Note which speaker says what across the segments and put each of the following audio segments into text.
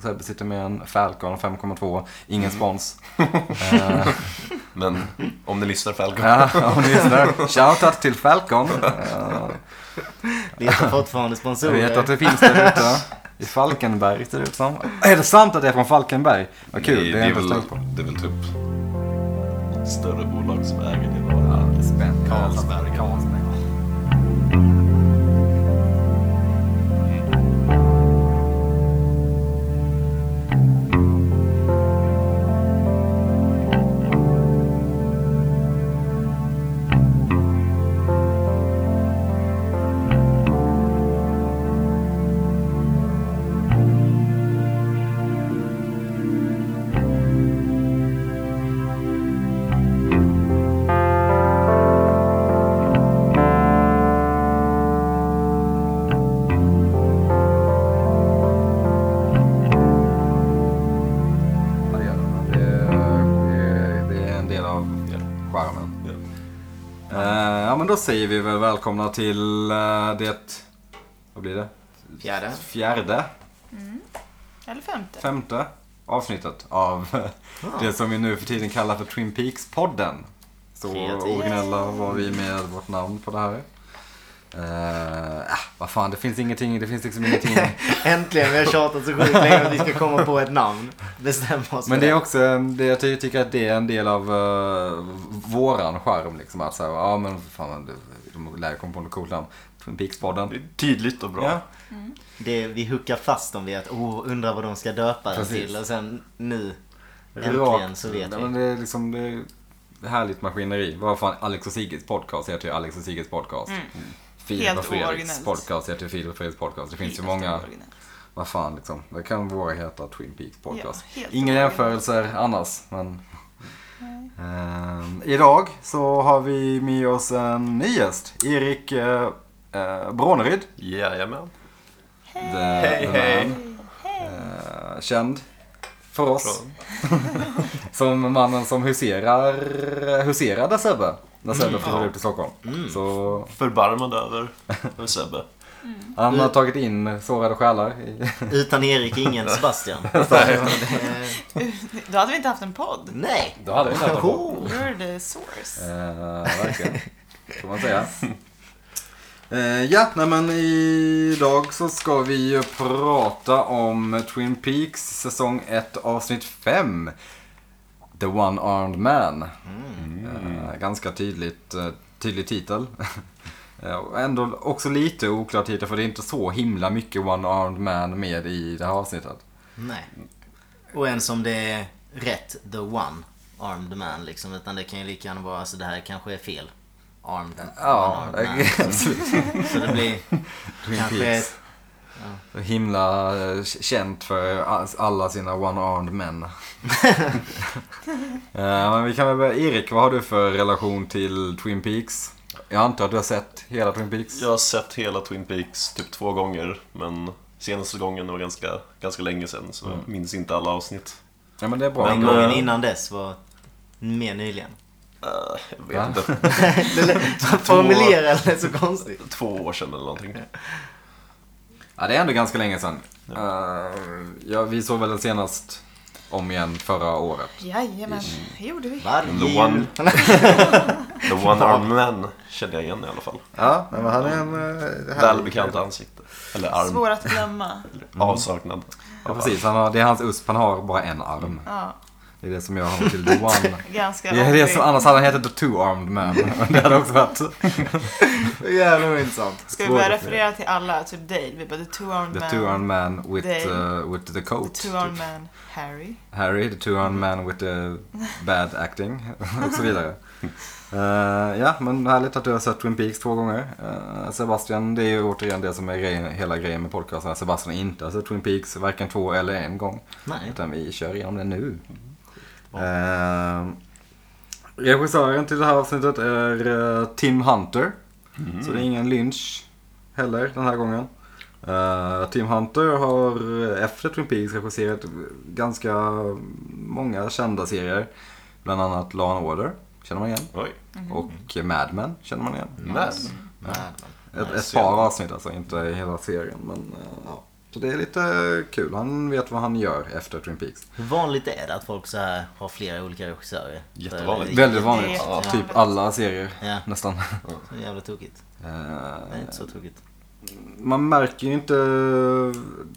Speaker 1: Sebbe sitter med en Falcon 5,2. Ingen spons. Eh,
Speaker 2: Men om ni lyssnar Falcon.
Speaker 1: ja, om ni lyssnar. Shoutout till Falcon. Eh,
Speaker 3: Vi har fortfarande
Speaker 1: jag
Speaker 3: sponsorer.
Speaker 1: vet att det finns där ute. I Falkenberg ser det ut som. Är det sant att det är från Falkenberg? Vad kul,
Speaker 2: Nej,
Speaker 1: det har jag
Speaker 2: väl,
Speaker 1: inte tänkt på.
Speaker 2: det är väl typ större bolag som äger det. Bara.
Speaker 3: Carlsberg.
Speaker 1: Ja, det gör det. Det- det- Det är en del av charmen.
Speaker 2: Ja.
Speaker 1: Eh, Ja, men då säger vi väl välkomna till eh, det... Vad blir det?
Speaker 3: Fjärde.
Speaker 1: Fjärde?
Speaker 4: Eller femte.
Speaker 1: Femte avsnittet av eh, det som vi nu för tiden kallar för Twin Peaks-podden. Så
Speaker 3: Kreativt.
Speaker 1: originella var vi med vårt namn på det här. Eh, ah, vad fan, det finns ingenting, det finns liksom ingenting.
Speaker 3: Äntligen, vi har tjatat så sjukt länge att vi ska komma på ett namn. Bestämma oss
Speaker 1: Men
Speaker 3: för
Speaker 1: det är också, en- det, jag ty- tycker att det är en del av eh, våran charm liksom. Att säga, ja men fan, det- de lär komma på något coolt namn. Twin
Speaker 2: Det
Speaker 1: Peaks-podden.
Speaker 2: är tydligt och bra.
Speaker 1: Ja.
Speaker 3: Det, vi hookar fast dem vid att oh, undrar vad de ska döpa den
Speaker 1: Precis.
Speaker 3: till och sen nu äntligen
Speaker 1: Rakt-
Speaker 3: så vet
Speaker 1: Nej,
Speaker 3: vi.
Speaker 1: Men det är liksom, det är härligt maskineri. Vad fan, Alex och Sigges podcast heter ju Alex och Sigges podcast. Mm. Filip
Speaker 4: Mm. Helt
Speaker 1: och Fredriks
Speaker 4: ooriginellt.
Speaker 1: podcast heter ju Filip och Fredriks podcast. Det finns ju
Speaker 4: Helt
Speaker 1: många,
Speaker 4: ooriginellt.
Speaker 1: vad fan liksom. Det kan våra heta Twin Peaks podcast.
Speaker 4: Ja, helt
Speaker 1: Inga
Speaker 4: ooriginellt.
Speaker 1: jämförelser annars, men.
Speaker 4: Nej.
Speaker 1: Ehm, idag så har vi med oss en ny gäst. Erik eh, eh, Bråneryd.
Speaker 2: Jajamän.
Speaker 1: Hej,
Speaker 2: hej.
Speaker 1: Eh, känd för oss.
Speaker 2: Från-
Speaker 1: Som mannen som huserar, huserade Sebbe när Sebbe flyttade ut till Stockholm. Så
Speaker 2: Förbarmad över över Sebbe.
Speaker 1: han har tagit in sårade själar. I,
Speaker 3: Utan Erik ingen Sebastian.
Speaker 4: Då hade vi inte haft en podd.
Speaker 3: Nej!
Speaker 1: då hade vi inte haft en podd.
Speaker 3: Oh.
Speaker 4: You're the source.
Speaker 1: Eh, verkligen. Får man säga. Eh, ja, nej men idag så ska vi ju prata om Twin Peaks säsong 1 avsnitt 5. The One-Armed Man.
Speaker 3: Mm.
Speaker 1: Eh, ganska tydligt, eh, tydlig titel. Eh, och Ändå också lite oklar titel för det är inte så himla mycket One-Armed Man med i det här avsnittet.
Speaker 3: Nej. Och ens om det är rätt the one armed man liksom. Utan det kan ju lika gärna vara, alltså det här kanske är fel. Armed,
Speaker 1: Ja,
Speaker 3: one-armed man.
Speaker 1: absolut.
Speaker 3: Så det blir
Speaker 1: Twin
Speaker 3: kanske
Speaker 1: Peaks.
Speaker 3: ett,
Speaker 1: Så Himla eh, känt för as- alla sina one-armed men. Eh, men vi kan väl börja. Erik, vad har du för relation till Twin Peaks? Jag antar att du har sett hela Twin Peaks?
Speaker 2: Jag har sett hela Twin Peaks typ två gånger, men senaste gången var ganska, ganska länge sedan, så
Speaker 1: Mm.
Speaker 2: jag minns inte alla avsnitt.
Speaker 1: Ja, men det är bra.
Speaker 3: den
Speaker 2: Men,
Speaker 3: gången
Speaker 2: eh,
Speaker 3: innan dess var mer nyligen.
Speaker 2: Eh, jag vet
Speaker 1: Va?
Speaker 2: inte,
Speaker 3: Formulera det så konstigt.
Speaker 2: två år sedan eller någonting.
Speaker 1: Ja, det är ändå ganska länge sedan. Eh, ja, vi såg väl den senast om igen förra året.
Speaker 4: Jajamän, det gjorde vi.
Speaker 3: Varje
Speaker 2: The one-
Speaker 3: jul.
Speaker 2: The One Armed Man kände jag igen i alla fall.
Speaker 1: Ja, men han är en... eh,
Speaker 2: Välbekant ansikte. Eller arm.
Speaker 4: Svår att glömma.
Speaker 2: Avsaknad.
Speaker 1: Ja, precis. Han har, det är hans USP. Han har bara en arm.
Speaker 4: Ja,
Speaker 1: Det är det som gör honom till the one.
Speaker 4: ganska
Speaker 1: Det är det som, annars hade han hetat the two-armed man. Det hade också varit...
Speaker 3: Jävlar vad intressant.
Speaker 4: Ska vi börja referera till alla, typ Dale? Vi bara the two-armed
Speaker 1: The
Speaker 4: man.
Speaker 1: two-armed man with,
Speaker 4: They-
Speaker 1: uh, with the coat.
Speaker 4: The Mm. two-armed man Harry.
Speaker 1: Harry, the two-armed man with the bad acting. och så vidare. Eh, ja, men härligt att du har sett Twin Peaks två gånger. Eh, Sebastian, det är ju återigen det som är grejen, hela grejen med podcasten. att Sebastian inte har sett Twin Peaks varken två eller en gång.
Speaker 3: Nej.
Speaker 1: Utan vi kör igenom det nu. Eh, regissören till det här avsnittet är eh, Tim Hunter. Så det är ingen Lynch heller den här gången. Eh, Tim Hunter har eh, efter Twin Peaks regisserat ganska många kända serier. Bland annat Law and Order känner man igen.
Speaker 2: Oj.
Speaker 1: Och Mad Men känner man igen.
Speaker 2: Men.
Speaker 3: Nej.
Speaker 1: Ett, ett
Speaker 2: ser
Speaker 1: par
Speaker 2: jag.
Speaker 1: avsnitt alltså, inte hela serien. Men, eh, Så det är lite kul. Han vet vad han gör efter Twin Peaks.
Speaker 3: Hur vanligt är det att folk så här har flera olika regissörer?
Speaker 2: Jättevanligt.
Speaker 3: För-
Speaker 1: Väldigt vanligt.
Speaker 4: Ja.
Speaker 1: Typ alla serier
Speaker 3: Ja.
Speaker 1: nästan.
Speaker 3: Så jävla tokigt.
Speaker 1: Eh,
Speaker 3: Nej, inte så tokigt.
Speaker 1: Man märker ju inte...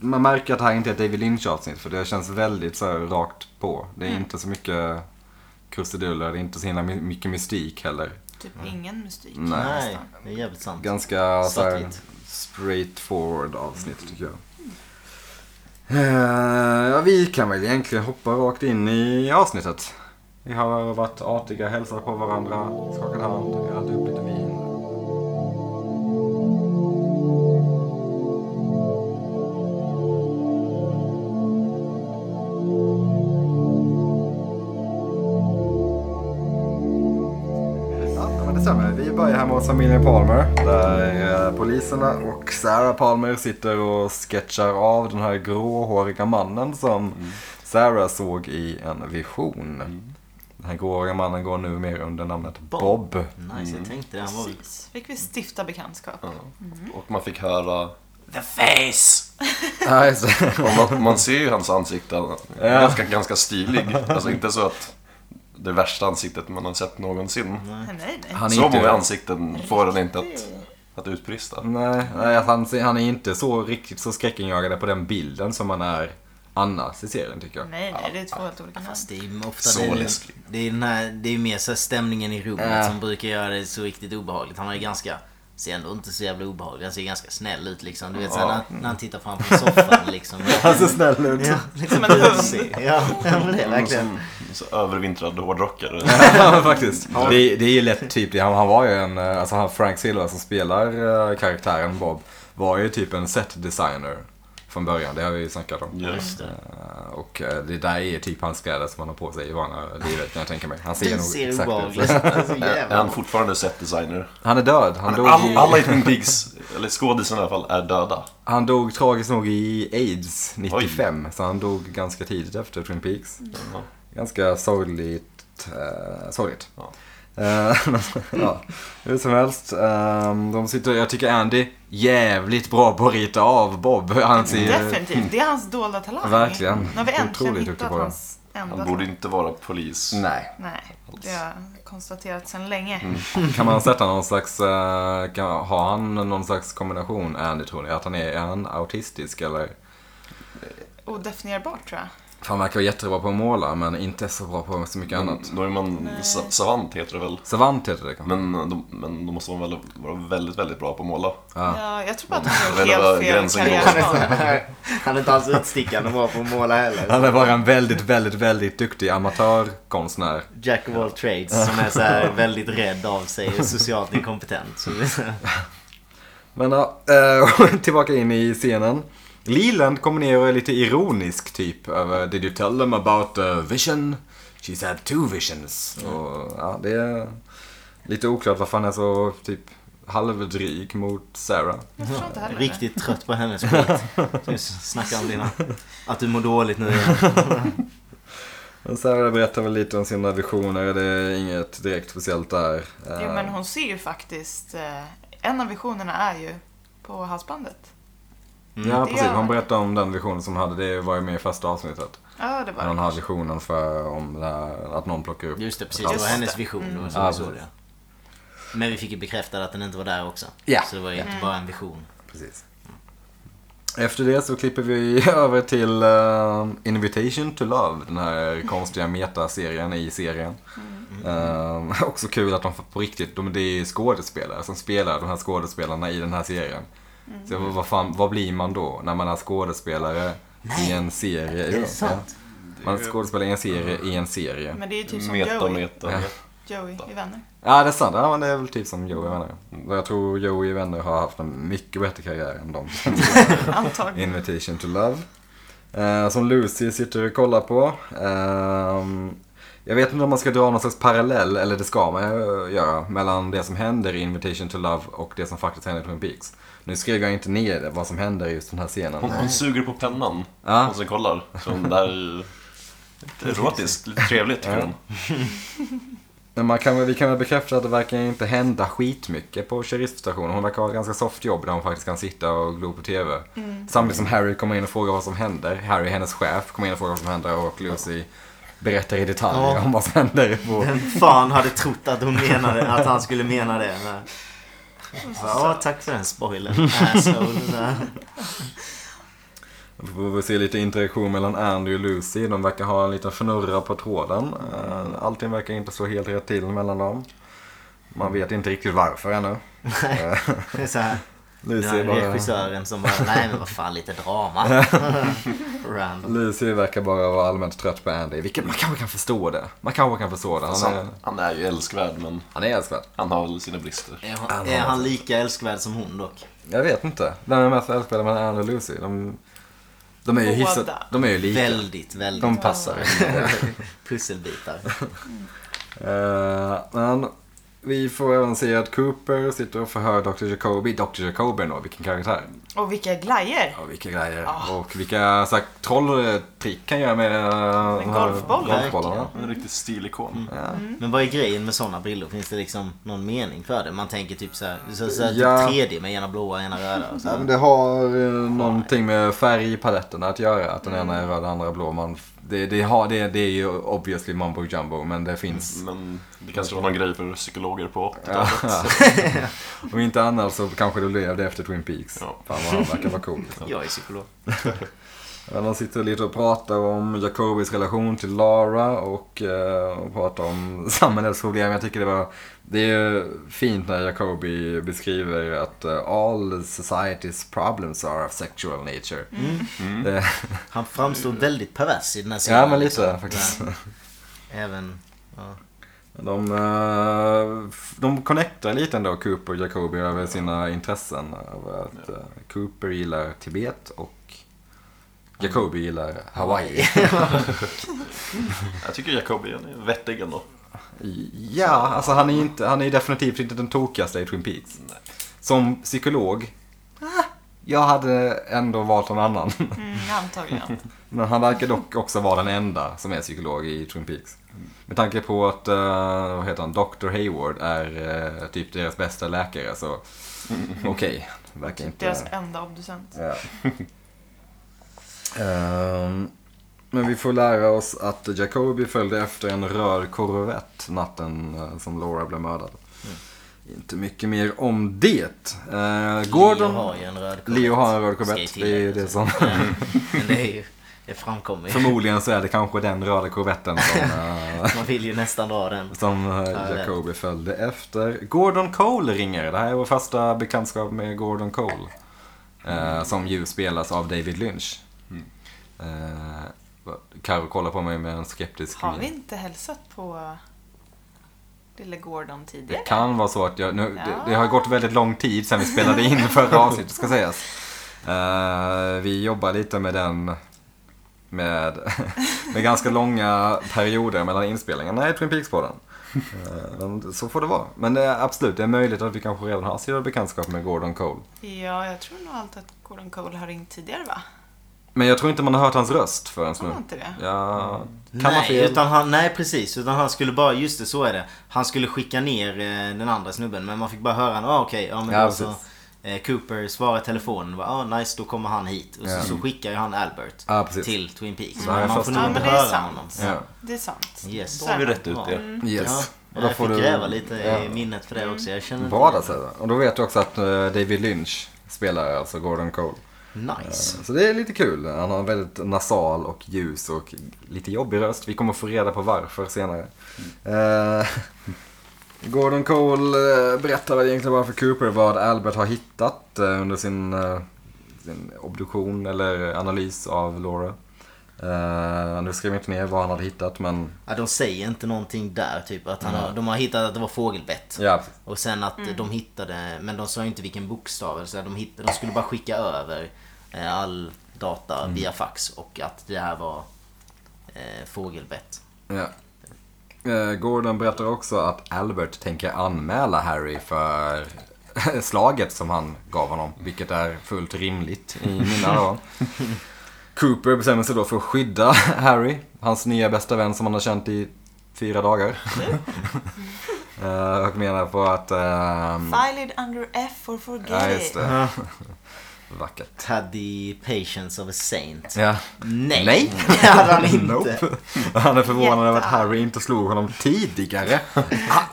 Speaker 1: Man märker att det här inte är ett David Lynch-avsnitt för det känns väldigt så här rakt på. Det är
Speaker 3: Mm.
Speaker 1: inte så mycket krusiduller, det är inte så himla my- mycket mystik heller.
Speaker 4: Typ
Speaker 2: Mm.
Speaker 4: ingen mystik.
Speaker 1: Nej.
Speaker 3: Nej, det är jävligt sant.
Speaker 1: Ganska så här,
Speaker 3: Svartvitt.
Speaker 1: straight forward avsnitt tycker jag. Eh, Ja, vi kan väl egentligen hoppa rakt in i avsnittet. Vi har varit artiga, hälsat på varandra, skakat hand, hällt upp lite vin. Ja, men det stämmer. Vi börjar hemma hos familjen Palmer. Där eh, poliserna och Sarah Palmer sitter och sketchar av den här gråhåriga mannen som Sarah såg i en vision. Den här gråhåriga mannen går nu mer under namnet
Speaker 3: Bob.
Speaker 1: Mm. Bob. Mm.
Speaker 3: Nice,
Speaker 2: Mm.
Speaker 3: jag tänkte det. Han var...
Speaker 4: Precis. Fick vi stifta bekantskap.
Speaker 2: Och man fick höra The face!
Speaker 1: Ja, just det.
Speaker 2: Och man, man ser ju hans ansikte. Han är
Speaker 1: Ja.
Speaker 2: Ganska, ganska stilig. Alltså inte så att det värsta ansiktet man har sett någonsin.
Speaker 4: Nej, nej.
Speaker 1: Han är
Speaker 2: Så
Speaker 1: inte- Mm.
Speaker 2: många ansikten får den inte att, att utbrista.
Speaker 1: Nej, nej att han, han är inte så riktigt så skräckinjagande på den bilden som han är annars i serien tycker jag.
Speaker 4: Nej, nej, det är två helt olika namn.
Speaker 3: Fast det är ju ofta
Speaker 2: Så
Speaker 3: det, är,
Speaker 2: läskigt.
Speaker 3: det, är den här, det är mer så här stämningen i rummet
Speaker 1: Ja.
Speaker 3: som brukar göra det så riktigt obehagligt. Han är ganska, ser ändå inte så jävla obehaglig. Han ser ganska snäll ut liksom. Du vet så här, när, när han tittar fram på soffan liksom.
Speaker 1: Han ser snäll ut.
Speaker 3: Ja, liksom en hund. Ja, ja, men det är verkligen.
Speaker 2: Som, så övervintrad hårdrockare.
Speaker 1: Ja, men faktiskt. Det, det är ju lätt typ det. Han, han var ju en, eh, alltså han, Frank Silva som spelar eh, karaktären Bob var ju typ en set designer från början. Det har vi ju snackat om.
Speaker 2: Just
Speaker 3: det.
Speaker 1: Eh, Och eh, det där är typ hans kläder som han har på sig i vanliga livet kan jag tänka mig. Han ser
Speaker 3: Det
Speaker 1: nog
Speaker 3: ser
Speaker 1: exakt
Speaker 3: obehaglig
Speaker 1: ut.
Speaker 3: ut. Alltså,
Speaker 2: Är han
Speaker 3: jävlar.
Speaker 2: fortfarande setdesigner?
Speaker 1: Han är död. Han dog,
Speaker 2: All,
Speaker 1: i,
Speaker 2: alla i Twin Peaks, eller skådisarna i alla fall, är döda.
Speaker 1: han dog tragiskt nog i AIDS 95. Så han dog ganska tidigt efter Twin Peaks.
Speaker 2: Ja.
Speaker 1: Ganska sorgligt. Uh, sorgligt.
Speaker 2: Ja.
Speaker 1: Eh, ja, hur som helst. ehm, de sitter, jag tycker Andy jävligt bra på att rita av Bob. Han ser,
Speaker 4: Definitivt. Det är hans dolda talang.
Speaker 1: Verkligen.
Speaker 4: Nu har vi äntligen
Speaker 1: Otroligt duktig
Speaker 4: hittat
Speaker 1: på det.
Speaker 4: hans enda
Speaker 2: Han borde
Speaker 4: talang.
Speaker 2: inte vara polis.
Speaker 1: nej,
Speaker 4: Nej, det har jag konstaterat sedan länge.
Speaker 1: Mm. kan man sätta någon slags, eh, kan, har han någon slags kombination Andy tror ni? Att han är, är han autistisk eller?
Speaker 4: Odefinierbart tror jag.
Speaker 1: För han verkar vara jättebra på att måla men inte så bra på så mycket annat.
Speaker 2: Då är man sa- savant heter det väl.
Speaker 1: Savant heter det kanske?
Speaker 2: Men då, men då måste man väl vara väldigt, väldigt bra på att måla.
Speaker 1: Ja.
Speaker 4: Ja, jag tror bara att han
Speaker 2: Men
Speaker 4: har
Speaker 2: det var
Speaker 4: helt
Speaker 2: gränsen
Speaker 4: fel
Speaker 2: går.
Speaker 4: karriärsval.
Speaker 3: Han är inte alls utstickande bra på att måla heller.
Speaker 1: Han är bara en väldigt, väldigt, väldigt duktig amatörkonstnär.
Speaker 3: Jack of all trades som är så här väldigt rädd av sig och socialt inkompetent. Så,
Speaker 1: Men ja, eh, tillbaka in i scenen. Leland kommer ner och är lite ironisk typ över Did you tell them about the vision? She's had two visions. Och, ja, det är lite oklart varför han är så typ halvdryg mot Sarah.
Speaker 4: Jag förstår inte heller. det.
Speaker 3: Riktigt trött på hennes skit. Så Snacka om dina... Att du mår dåligt nu.
Speaker 1: Men Sarah berättar väl lite om sina visioner. Det är inget direkt speciellt där. Eh,
Speaker 4: Jo, men hon ser ju faktiskt... Eh, en av visionerna är ju på halsbandet.
Speaker 1: Eh, Ja,
Speaker 4: det
Speaker 1: precis.
Speaker 4: gör
Speaker 1: Hon
Speaker 4: hon.
Speaker 1: berättar om den visionen som hon hade. Det var ju med i första avsnittet.
Speaker 4: Ja, det
Speaker 1: När hon
Speaker 4: var
Speaker 1: har visionen för om det här, att någon plockar upp
Speaker 3: Just det, precis. Det var
Speaker 4: Just
Speaker 3: hennes
Speaker 4: det.
Speaker 3: vision. Och så,
Speaker 1: Ja,
Speaker 3: så, det. Men vi fick ju bekräftat att den inte var där också.
Speaker 1: Ja.
Speaker 3: Så det var ju inte bara en vision.
Speaker 1: Precis. Efter det så klipper vi över till ehm, Invitation to Love, den här konstiga metaserien i serien.
Speaker 3: Mm.
Speaker 1: Ehm, också kul att de på riktigt, de, det är skådespelare som spelar de här skådespelarna i den här serien.
Speaker 3: Mm.
Speaker 1: Så vad- vad, fan, vad blir man då när man är skådespelare i
Speaker 3: Nej,
Speaker 1: en serie?
Speaker 3: Det är sant.
Speaker 1: Man är skådespelare i en serie i en serie.
Speaker 4: Men det är ju typ som
Speaker 2: Meta,
Speaker 4: Joey.
Speaker 2: meta.
Speaker 1: Ja.
Speaker 4: Joey i Vänner.
Speaker 1: Ja, det är sant. Ja, men det är väl typ som Joey Vänner. Jag tror Joey Vänner har haft en mycket bättre karriär än de.
Speaker 4: Antagligen.
Speaker 1: Invitation to Love. Eh, som Lucy sitter och kollar på. Ehm, jag vet inte om man ska dra någon slags parallell, eller det ska man ju göra, mellan det som händer i Invitation to Love och det som faktiskt händer i Twin Peaks. Nu skrev jag inte ner det, vad som händer i just den här scenen.
Speaker 2: Hon, hon suger på pennan.
Speaker 1: Ja.
Speaker 2: Och sen kollar. Så hon där... Lite erotiskt, lite trevligt tycker hon.
Speaker 1: Men man kan, väl- vi kan väl bekräfta att det verkar inte hända skitmycket på sheriffstationen. Hon verkar ha ett ganska soft jobb där hon faktiskt kan sitta och glo på TV. Samtidigt som Harry kommer in och frågar vad som händer. Harry, hennes chef, kommer in och frågar vad som händer och Lucy berättar i detalj
Speaker 3: Ja.
Speaker 1: om vad som händer. På...
Speaker 3: Vem fan hade trott att hon menade att han skulle mena det? Men... Ja, tack för den spoilern. Asshole. Så här.
Speaker 1: Vi får väl se lite interaktion mellan Andy och Lucy. De verkar ha en liten fnurra på tråden. Eh, Allting verkar inte så helt rätt till mellan dem. Man vet inte riktigt varför ännu. Eh,
Speaker 3: Det är så här. Den
Speaker 1: Lucy,
Speaker 3: här
Speaker 1: bara,
Speaker 3: regissören som bara, nej men vad fan lite drama. Random.
Speaker 1: Lucy verkar bara vara allmänt trött på Andy. Vilket man kanske kan förstå det. Man kanske kan förstå det.
Speaker 2: Alltså,
Speaker 1: Han är,
Speaker 2: han, han är ju älskvärd men
Speaker 1: han är älskvärd.
Speaker 2: han har väl sina brister.
Speaker 3: Är han, är han lika älskvärd som hon dock?
Speaker 1: Jag vet inte. Vem är mest älskvärd mellan Andy och Lucy? De, de är ju
Speaker 4: Båda.
Speaker 1: hyfsat... De är ju lika.
Speaker 3: Väldigt, väldigt.
Speaker 1: De passar.
Speaker 3: Pusselbitar.
Speaker 1: Eh, men vi får även se att Cooper sitter och förhör Dr. Jacoby. Dr. Jacoby då, vilken karaktär.
Speaker 4: Och vilka glajer!
Speaker 1: Ja, vilka grejer.
Speaker 4: Ja.
Speaker 1: Och vilka så här, trolltrick han gör med eh, de här
Speaker 4: golfbollen.
Speaker 1: golfbollarna.
Speaker 2: Han är en riktig stilikon.
Speaker 1: Mm.
Speaker 3: Men vad är grejen med sådana brillor? Finns det liksom någon mening för det? Man tänker typ såhär, så, så, här,
Speaker 1: Ja.
Speaker 3: typ 3D med ena blåa ena röda. Och så
Speaker 1: Ja, men
Speaker 3: här.
Speaker 1: det har eh, någonting med färgpaletterna att göra. Att den ena är röd, den andra är blå. Man, det, det, har, det, det är ju obviously mumbo jumbo, men det finns.
Speaker 2: Men det kanske var någon grej för psykologer på 80-talet.
Speaker 1: Ja. Om inte annars så kanske du levde efter Twin Peaks.
Speaker 2: Ja.
Speaker 1: Fan vad han verkar vara cool.
Speaker 3: Jag är psykolog.
Speaker 1: Men de sitter lite och pratar om Jacobis relation till Lara och, eh, och pratar om samhällsproblem. Jag tycker det var... Det är ju fint när Jacobi beskriver att eh, all society's problems are of sexual nature. Eh, Det,
Speaker 3: Han framstod väldigt pervers i den här scenen.
Speaker 1: ja, men lite
Speaker 3: liksom.
Speaker 1: faktiskt.
Speaker 3: Men Även... Ja.
Speaker 1: De, eh, f- de connectar lite ändå, Cooper och Jacobi, över sina intressen. Över att eh, Cooper gillar Tibet och Jacobi gillar Hawaii.
Speaker 2: Jag tycker Jacobi är vettig ändå.
Speaker 1: Ja, alltså han är ju inte, han är ju definitivt inte den tokigaste i Twin Peaks. Som psykolog, ah, jag hade ändå valt någon annan.
Speaker 4: Mm, antagligen.
Speaker 1: Men han verkar dock också vara den enda som är psykolog i Twin Peaks. Med tanke på att, eh, vad heter han, Dr. Hayward är eh, typ deras bästa läkare så okej, verkar inte...
Speaker 4: Deras enda obducent.
Speaker 1: Ja. Ehm, men vi får lära oss att Jacobi följde efter en röd korvett natten eh, som Laura blev mördad. Inte mycket mer om det. Eh, Gordon...
Speaker 3: Leo har ju en röd korvett.
Speaker 1: Leo har en röd
Speaker 3: Ska ju
Speaker 1: korvett. Det är ju
Speaker 3: tilläggas.
Speaker 1: det som...
Speaker 3: Ja. Men det är ju... Det framkommer ju.
Speaker 1: Förmodligen så är det kanske den röda korvetten som, eh,
Speaker 3: Man vill ju nästan dra den.
Speaker 1: som eh,
Speaker 3: Ja, det.
Speaker 1: Jacobi följde efter. Gordon Cole ringer. Det här är vår första bekantskap med Gordon Cole. Eh, som ju spelas av David Lynch.
Speaker 4: Mm.
Speaker 1: Eh, vad- Karo kollar på mig med en skeptisk
Speaker 4: Har
Speaker 1: min.
Speaker 4: vi inte hälsat på eh, lille Gordon tidigare?
Speaker 1: Det kan vara så att jag, nu,
Speaker 4: Ja.
Speaker 1: det, det har gått väldigt lång tid sedan vi spelade in förra avsnittet ska sägas. Eh, vi jobbar lite med den med, med ganska långa perioder mellan inspelningarna i Twin Peaks-podden. Eh, men så får det vara. Men det är absolut, det är möjligt att vi kanske redan har sina bekantskap med Gordon Cole.
Speaker 4: Ja, jag tror nog alltid att Gordon Cole har ringt tidigare va?
Speaker 1: Men jag tror inte man har hört hans röst förrän
Speaker 4: Har
Speaker 1: nu.
Speaker 4: man inte det?
Speaker 1: Ja, kan man
Speaker 3: Nej,
Speaker 1: fel?
Speaker 3: utan han, nej precis. Utan han skulle bara, just det så är det. Han skulle skicka ner eh, den andra snubben men man fick bara höra en, ah, okej, ja men
Speaker 1: Ja,
Speaker 3: då så. Eh, Cooper svarar i telefonen, bara, ah, nice då kommer han hit. Och så,
Speaker 1: Ja.
Speaker 3: så skickar ju han Albert
Speaker 1: Ja, precis. Mm.
Speaker 3: till Twin Peaks.
Speaker 1: Så här
Speaker 3: Men
Speaker 1: är
Speaker 3: man
Speaker 1: första
Speaker 3: får nog
Speaker 1: gången.
Speaker 3: inte
Speaker 4: Ja, men det är
Speaker 3: höra
Speaker 4: sant. Mm.
Speaker 3: honom.
Speaker 1: Ja.
Speaker 4: Det är sant.
Speaker 3: Yes.
Speaker 2: Då har vi rätt ut det.
Speaker 1: Yes.
Speaker 3: Ja,
Speaker 1: Och då
Speaker 3: jag
Speaker 1: får
Speaker 3: fick
Speaker 1: du-
Speaker 3: gräva lite
Speaker 1: Ja.
Speaker 3: i minnet för det också. Jag känner
Speaker 1: Bra där Cedra. Och då vet du också att eh, David Lynch spelar alltså Gordon Cole.
Speaker 3: Nice.
Speaker 1: Så det är lite kul. Han har en väldigt nasal och ljus och lite jobbig röst. Vi kommer få reda på varför senare. Eh, Gordon Cole eh, berättar väl egentligen bara för Cooper vad Albert har hittat eh, under sin, eh, sin obduktion eller analys av Laura. Eh, nu skrev jag inte ner vad han hade hittat men...
Speaker 3: Ja, de säger inte någonting där typ. Att han har, de har hittat att det var fågelbett.
Speaker 1: Ja,
Speaker 3: Och sen att de hittade, men de sa ju inte vilken bokstav. eller Så här, de, hittade, de skulle bara skicka över eh, all data
Speaker 1: Mm.
Speaker 3: via fax och att det här var eh, fågelbett.
Speaker 1: Ja. Eh, Gordon berättar också att Albert tänker anmäla Harry för slaget som han gav honom, vilket är fullt rimligt i mina öron. Cooper bestämmer sig då för att skydda Harry, hans nya bästa vän som han har känt i fyra dagar. Eh, och menar på att... ehm,
Speaker 4: File it under F for forget
Speaker 1: ja,
Speaker 4: it.
Speaker 1: just det. Vackert.
Speaker 3: Had the patience of a saint.
Speaker 1: Ja.
Speaker 3: Nej!
Speaker 1: Nej.
Speaker 3: Det hade han inte.
Speaker 1: Nope. Han är förvånad över att
Speaker 4: Jättearg.
Speaker 1: Harry inte slog honom tidigare.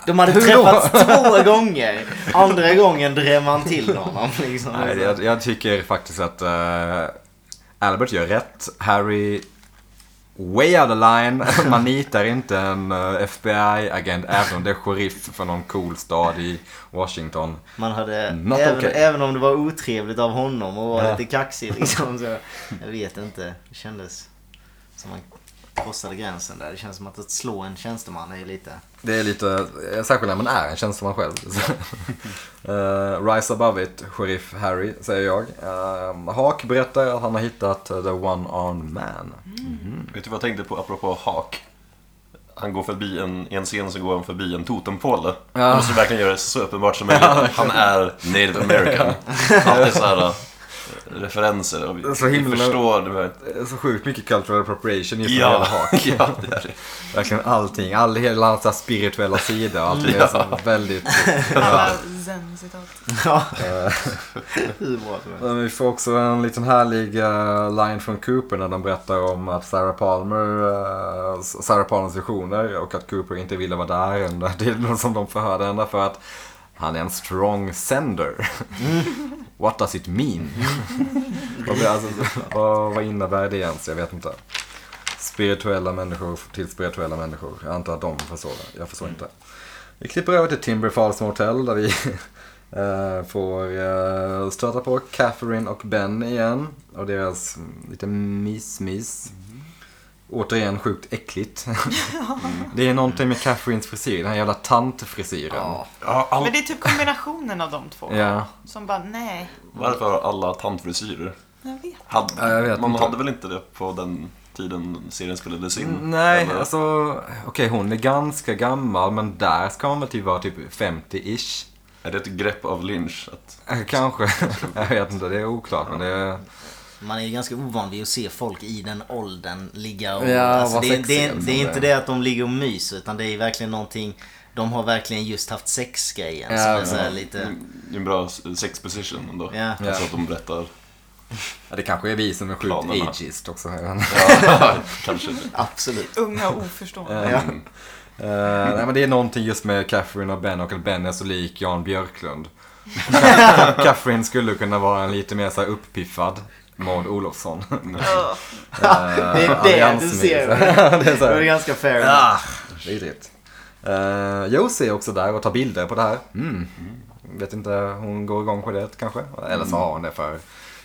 Speaker 3: De hade
Speaker 1: Hur då?
Speaker 3: träffats två gånger. Andra gången drev man till honom. Liksom.
Speaker 1: Nej, jag, jag tycker faktiskt att eh, Albert gör rätt. Harry way out of line. Man nitar inte en eh, FBI-agent även om det är sheriff för någon cool stad i Washington.
Speaker 3: Man hade,
Speaker 1: Not
Speaker 3: även,
Speaker 1: okay.
Speaker 3: även om det var otrevligt av honom och var
Speaker 1: Ja.
Speaker 3: lite kaxig liksom. Så, jag vet inte. Det kändes som man korsade gränsen där. Det känns som att, att slå en tjänsteman är lite...
Speaker 1: Det är lite, eh, särskilt när man är en tjänsteman själv. Så. Eh, rise above it, sheriff Harry, säger jag. Uh, Hak berättar att han har hittat eh, the one-armed man. Mm.
Speaker 2: Vet du vad jag tänkte på apropå hak? Han går förbi en, i en scen så går han förbi en totempåle. Han måste verkligen göra det så uppenbart som möjligt. Han är native american. Alltid såhär eh, referenser. Och vi,
Speaker 1: Så himla-
Speaker 2: vi förstår. Det med,
Speaker 1: Eh, Så sjukt mycket cultural appropriation i ja. hela
Speaker 2: ja,
Speaker 1: Hak.
Speaker 2: ja, det är det.
Speaker 1: Verkligen allting, all, hela hans så här spirituella sida och allt det är så väldigt...
Speaker 4: Alla zen-citat.
Speaker 3: Ja. Hur bra som helst.
Speaker 1: Men Vi får också en liten härlig eh, line från Cooper när de berättar om att Sarah Palmer, eh, Sarah Palmers visioner och att Cooper inte ville vara där ända till som de förhörde henne för att han är en strong sender. What does it mean? vad, blir- alltså, vad, vad innebär det ens? Jag vet inte. Spirituella människor till spirituella människor. Jag antar att de förstår det. Jag förstår inte. Vi klipper över till Timber Falls Motel där vi eh, får eh, stöta på Catherine och Ben igen. Och deras mm, lite mys-mys. Återigen sjukt äckligt. det är någonting med Catherines frisyr, den här jävla tantfrisyren.
Speaker 3: Ja.
Speaker 2: Ja, all,
Speaker 4: Men det är typ kombinationen av de två.
Speaker 1: Ja.
Speaker 4: Som bara, nej,
Speaker 2: varför har alla tandfrisyrer?
Speaker 4: jag vet.
Speaker 2: Hade,
Speaker 1: Ja, jag vet
Speaker 2: man
Speaker 1: inte.
Speaker 2: hade väl inte det på den tiden serien spelades in?
Speaker 1: Nej,
Speaker 2: Eller?
Speaker 1: alltså okej hon är ganska gammal men där ska hon väl typ vara typ 50-ish.
Speaker 2: Är det ett grepp av Lynch? Att,
Speaker 1: Eh, Kanske. Jag vet inte, det är oklart men det är...
Speaker 3: Man är ju ganska ovan vid att se folk i den åldern ligga och...
Speaker 1: Ja,
Speaker 3: alltså,
Speaker 1: vad
Speaker 3: det, är- det, är-
Speaker 1: sexiga
Speaker 3: det är
Speaker 1: de
Speaker 3: inte
Speaker 1: är.
Speaker 3: det att de ligger och myser utan det är verkligen någonting... De har verkligen just haft sexgrejen
Speaker 1: Ja, Mm,
Speaker 3: som är
Speaker 1: men-
Speaker 3: så här lite...
Speaker 2: det är en bra sex position ändå.
Speaker 3: Ja.
Speaker 2: Alltså att de berättar.
Speaker 1: Ja, det kanske är vi som är sjukt
Speaker 2: Planerna.
Speaker 1: ageist också. jag vet inte.
Speaker 2: Ja, kanske det.
Speaker 3: Absolut.
Speaker 4: Unga och oförstående.
Speaker 1: Eh, eh, nej men det är någonting just med Catherine och Ben och att Ben är så lik Jan Björklund. Catherine skulle kunna vara en lite mer så här uppiffad Maud Olofsson. Eh,
Speaker 4: Ugh.
Speaker 3: det är det du ser.
Speaker 1: det är så
Speaker 3: Det är
Speaker 1: här,
Speaker 3: ganska fair.
Speaker 1: Ah, vidrigt. Uh, Josie är också där och tar bilder på det här. Mm. Vet inte, hon går igång på det kanske. Eller så har hon det för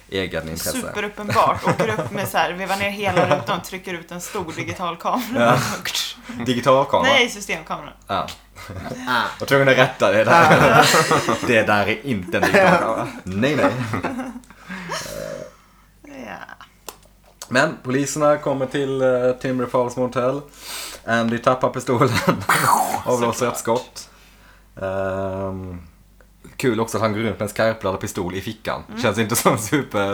Speaker 1: egen intresse.
Speaker 4: Superuppenbart. Åker upp med så här, vevar ner hela rutan, trycker ut en stor digital kamera.
Speaker 1: Digital kamera.
Speaker 4: Nej, systemkamera.
Speaker 1: Ja.
Speaker 3: Ah.
Speaker 1: Jag var tvungen att rätta det där. det där är inte en digital kamera. Nej, nej.
Speaker 4: Ja.
Speaker 1: Men poliserna kommer till eh, Timber Falls Motel. Andy tappar pistolen. Avlossar ett skott. Ehm, kul också att han går runt med en skarpladdad pistol i fickan.
Speaker 2: Mm.
Speaker 1: Känns inte som super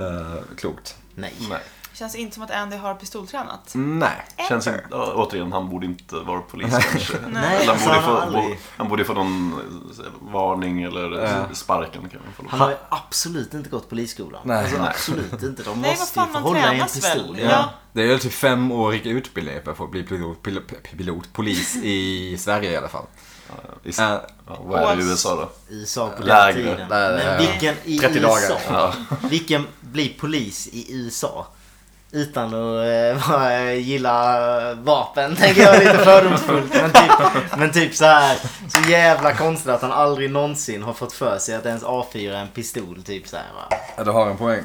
Speaker 1: eh, klokt.
Speaker 3: Nej.
Speaker 2: Nej.
Speaker 4: Känns inte som att Andy har pistoltränat.
Speaker 1: Nej.
Speaker 2: Känns inte, ja, återigen, han borde inte vara polis kanske.
Speaker 3: Nej,
Speaker 2: Eller han,
Speaker 3: alltså,
Speaker 2: borde
Speaker 3: han har
Speaker 2: få,
Speaker 3: aldrig-
Speaker 2: bo, han borde få någon eh, varning eller eh, sparken. Kan man få.
Speaker 3: Han har ju absolut inte gått polisskolan.
Speaker 1: Nej.
Speaker 3: Alltså,
Speaker 1: Nej.
Speaker 3: absolut inte. De
Speaker 4: Nej,
Speaker 3: måste
Speaker 4: vad
Speaker 3: ju få
Speaker 4: fan, man
Speaker 3: hålla i en
Speaker 4: tränas
Speaker 3: pistol.
Speaker 4: väl?
Speaker 3: Ja.
Speaker 4: Ja.
Speaker 1: Det är ju typ femårig utbildning för att bli pilot, pilot, pilot polis i Sverige i alla fall.
Speaker 2: I,
Speaker 1: Eh,
Speaker 2: ja, vad är det i
Speaker 4: Oavs-
Speaker 2: USA då?
Speaker 3: USA på den
Speaker 2: Lägre.
Speaker 3: tiden.
Speaker 1: Där,
Speaker 3: Men
Speaker 1: ja.
Speaker 3: vilken i
Speaker 1: 30
Speaker 3: USA?
Speaker 1: dagar.
Speaker 2: Ja.
Speaker 3: Vilken blir polis i USA? Utan att eh, bara, eh, gilla vapen tänker jag lite fördomsfullt. Men typ, men typ så här så jävla konstigt att han aldrig någonsin har fått för sig att ens A4 är en pistol. Typ så här, va?
Speaker 1: Ja, du har en poäng.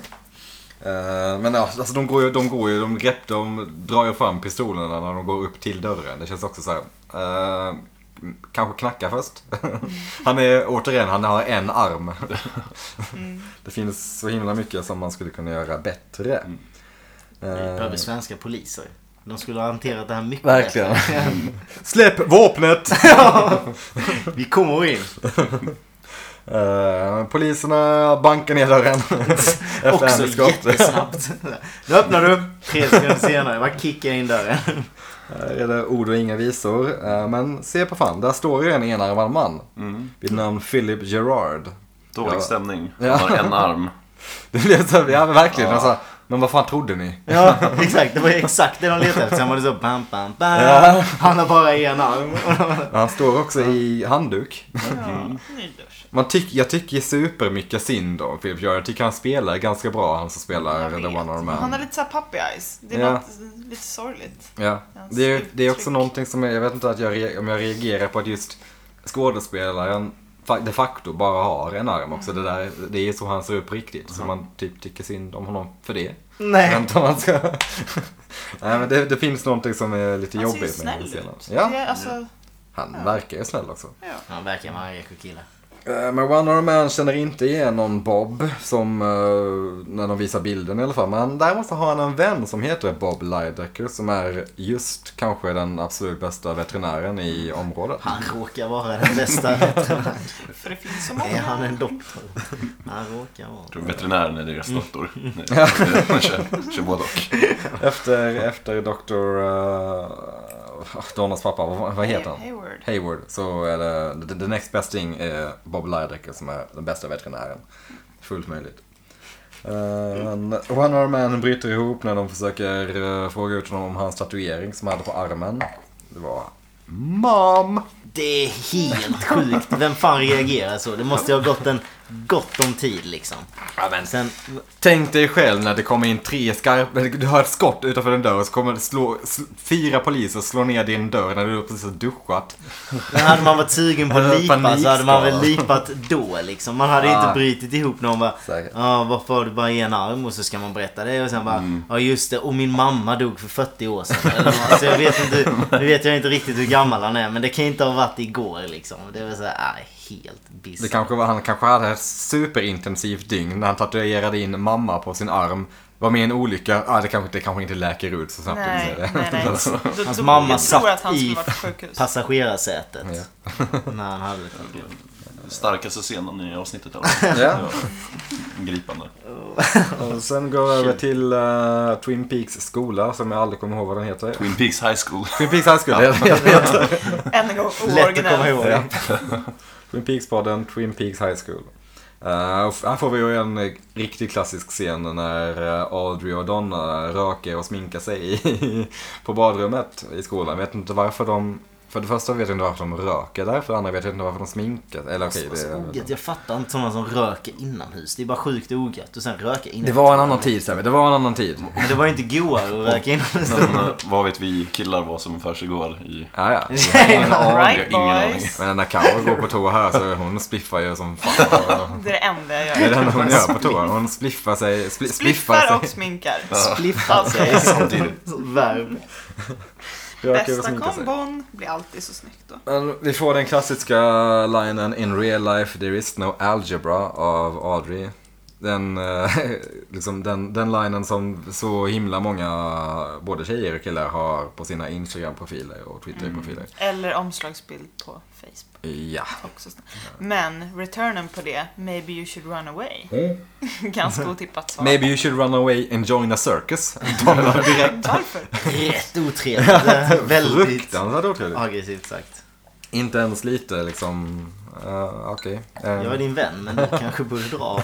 Speaker 1: Eh, men ja, alltså de går ju, de går ju, de grepp, de drar ju fram pistolerna när de går upp till dörren. Det känns också så här. eh, kanske knacka först. han är, återigen, han har en arm. Det finns så himla mycket som man skulle kunna göra bättre. Eh,
Speaker 3: Vi behöver svenska poliser. De skulle ha hanterat det här mycket
Speaker 1: Verkligen.
Speaker 3: bättre.
Speaker 1: Släpp vapnet!
Speaker 3: Vi kommer in.
Speaker 1: Eh, Eh, poliserna bankar ner dörren. efter
Speaker 3: Också
Speaker 1: hennes skott.
Speaker 3: jättesnabbt. Nu öppnar du. Tre sekunder senare. Bara kickar in dörren.
Speaker 1: Här är det ord och inga visor. Eh, Men se på fan, där står ju en enarmad man.
Speaker 2: Mm.
Speaker 1: Vid namn Philip Gerard.
Speaker 2: Dålig
Speaker 1: Ja.
Speaker 2: stämning.
Speaker 1: Ja.
Speaker 2: Han har en arm.
Speaker 1: Det blev så, här, ja men verkligen. Alltså, men vad fan trodde ni?
Speaker 3: Ja, exakt. Det var ju exakt det de letade efter. Sen var det så bam, bam, bam.
Speaker 1: Ja.
Speaker 3: Han har bara en arm.
Speaker 1: Han står också i handduk.
Speaker 4: Ja, ny dusch.
Speaker 1: Man tyck, jag tycker supermycket synd om Philip Gerard. Jag tycker han spelar ganska bra, han som spelar
Speaker 4: Jag
Speaker 1: The
Speaker 4: vet.
Speaker 1: One Arm
Speaker 4: Han har
Speaker 1: Man.
Speaker 4: lite såhär puppy eyes. Det är
Speaker 1: Ja.
Speaker 4: något lite sorgligt.
Speaker 1: Ja.
Speaker 4: Hans
Speaker 1: Det, är, det är också
Speaker 4: uttryck.
Speaker 1: någonting som jag, jag vet inte att jag, re- om jag reagerar på att just skådespelaren fa- de facto bara har en arm också. Det, där, det är så han ser upp riktigt. Så man typ tycker synd om honom för det.
Speaker 3: Nej.
Speaker 1: Vänta, man ska... Nej, men det, det finns någonting som är lite
Speaker 4: Han ser ju
Speaker 1: jobbigt med
Speaker 4: snäll
Speaker 1: den scenen.
Speaker 4: ut. Det
Speaker 1: Ja,
Speaker 4: är, alltså,
Speaker 1: han verkar ju snäll också.
Speaker 4: ja.
Speaker 3: Han verkar vara en reko kille.
Speaker 1: Eh, Men One Arm Man känner inte igenom Bob, som eh, när de visar bilden i alla fall. Men däremot så har han en vän som heter Bob Lidecker som är just kanske den absolut bästa veterinären i området.
Speaker 3: Han råkar vara den bästa veterinären.
Speaker 4: För det finns så
Speaker 3: Är han
Speaker 4: många.
Speaker 3: en doktor? Han råkar vara.
Speaker 2: Jag tror veterinären är deras
Speaker 1: Mm.
Speaker 2: doktor. Nej, Man kör, kör både och.
Speaker 1: Efter, efter Dr. Uh, Donnas pappa, vad, vad heter han?
Speaker 4: Hayward.
Speaker 1: Hayward. Så är det, the- the next best thing är Bob Lidecker som är den bästa veterinären. Fullt möjligt. Eh, Men One Arm Man bryter ihop när de försöker eh, fråga ut honom om hans tatuering som han hade på armen. Det var MAM!
Speaker 3: Det är helt sjukt. Vem fan reagerar så? Det måste ju ha gått en gott om tid liksom. Sen,
Speaker 1: Tänk dig själv när det kommer in tre skarpa, du hör ett skott utanför din dörr och så kommer det slå, sl, fyra poliser slå ner din dörr när du precis har duschat.
Speaker 3: men hade man varit sugen på
Speaker 1: Hade
Speaker 3: att
Speaker 1: varit
Speaker 3: lipa så hade man väl
Speaker 1: panikskadad.
Speaker 3: lipat då liksom. Man hade
Speaker 1: Ah.
Speaker 3: inte brutit ihop någon bara
Speaker 1: Säkert.
Speaker 3: Ja, varför har du bara en arm? Och så ska man berätta det och sen bara
Speaker 1: Mm.
Speaker 3: Ja just det, och min mamma dog för 40 år sedan. Eller, vad. alltså, jag vet inte, nu vet jag inte riktigt hur gammal han är men det kan ju inte ha varit igår liksom. Det var så här, ah, helt
Speaker 1: Det
Speaker 3: bisarrt.
Speaker 1: kanske var, han kanske hade ett superintensivt dygn när han tatuerade in mamma på sin arm. Var med i en olycka, ah, det, kanske, det kanske inte läker ut så snabbt.
Speaker 4: Nej,
Speaker 1: det vill
Speaker 4: nej,
Speaker 1: säga det.
Speaker 4: nej. Då-
Speaker 3: Hans
Speaker 4: då-
Speaker 3: mamma
Speaker 4: jag tror
Speaker 3: satt
Speaker 4: att han
Speaker 3: i
Speaker 4: skulle varit på sjukhus.
Speaker 3: Passagerarsätet. När han hade det.
Speaker 2: Starkaste scenen i avsnittet. alltså. här.
Speaker 1: Ja.
Speaker 2: Det var Gripande.
Speaker 1: Och sen går jag över till eh, Twin Peaks skola som jag aldrig kommer ihåg vad den heter.
Speaker 2: Twin Peaks High School.
Speaker 1: Twin Peaks High School, det är det den heter.
Speaker 4: Än en gång
Speaker 3: Lätt att komma
Speaker 4: ooriginell.
Speaker 3: ihåg.
Speaker 1: Ja. Twin Peaks-podden, Twin Peaks High School. Eh, och f- här får vi ju en eh, riktigt klassisk scen när eh, Audrey och Donna röker och sminkar sig i, på badrummet i skolan. Vet inte varför de... För det första vet jag inte varför de röker där, för det andra vet jag inte varför de sminkar Eller okej,
Speaker 3: Alltså,
Speaker 1: det...
Speaker 3: ogött. Jag fattar inte sådana som röker inomhus. Det är bara sjukt ogött. Och sen röka inomhus.
Speaker 1: Det var en annan tid, Sebbe. Det var en annan tid.
Speaker 3: Men det var ju inte goare att röka inomhus.
Speaker 2: Men eh, vad vet vi killar vad som försiggår i...
Speaker 1: Ja, ja.
Speaker 3: Nej,
Speaker 2: Ja, det har jag
Speaker 4: Right
Speaker 2: ingen aning.
Speaker 4: boys.
Speaker 1: Men när Karo går på toa här så hon spliffar ju som fan.
Speaker 4: Det är det enda jag
Speaker 1: Det är
Speaker 4: gör.
Speaker 1: det enda hon gör på toa. Hon spliffar sig. Spli, spliffar
Speaker 4: Spliffar och
Speaker 1: sig.
Speaker 4: sminkar.
Speaker 3: Spliffar sig
Speaker 2: Samtidigt.
Speaker 3: verb.
Speaker 1: och
Speaker 4: Bästa
Speaker 1: sminkar sig.
Speaker 4: kombon blir alltid så snyggt då.
Speaker 1: Men vi får den klassiska linen In real life there is no algebra av Audrey. Den, eh, liksom den, den linen som så himla många, både tjejer och killar, har på sina Instagram-profiler och Twitter-profiler.
Speaker 4: Eller omslagsbild på Facebook.
Speaker 3: Mm.
Speaker 1: Ja.
Speaker 4: Också. snyggt. Men returnen på det, maybe you should run away. Ganska otippat svar.
Speaker 1: Maybe you should run away and join a circus. Donald direkt.
Speaker 4: Varför?
Speaker 3: Rätt otrevligt. Väldigt
Speaker 1: Fruktansvärt otroligt.
Speaker 3: aggressivt sagt.
Speaker 1: Inte ens lite liksom, eh, okej. Eh,
Speaker 3: Jag är din vän men du kanske borde dra.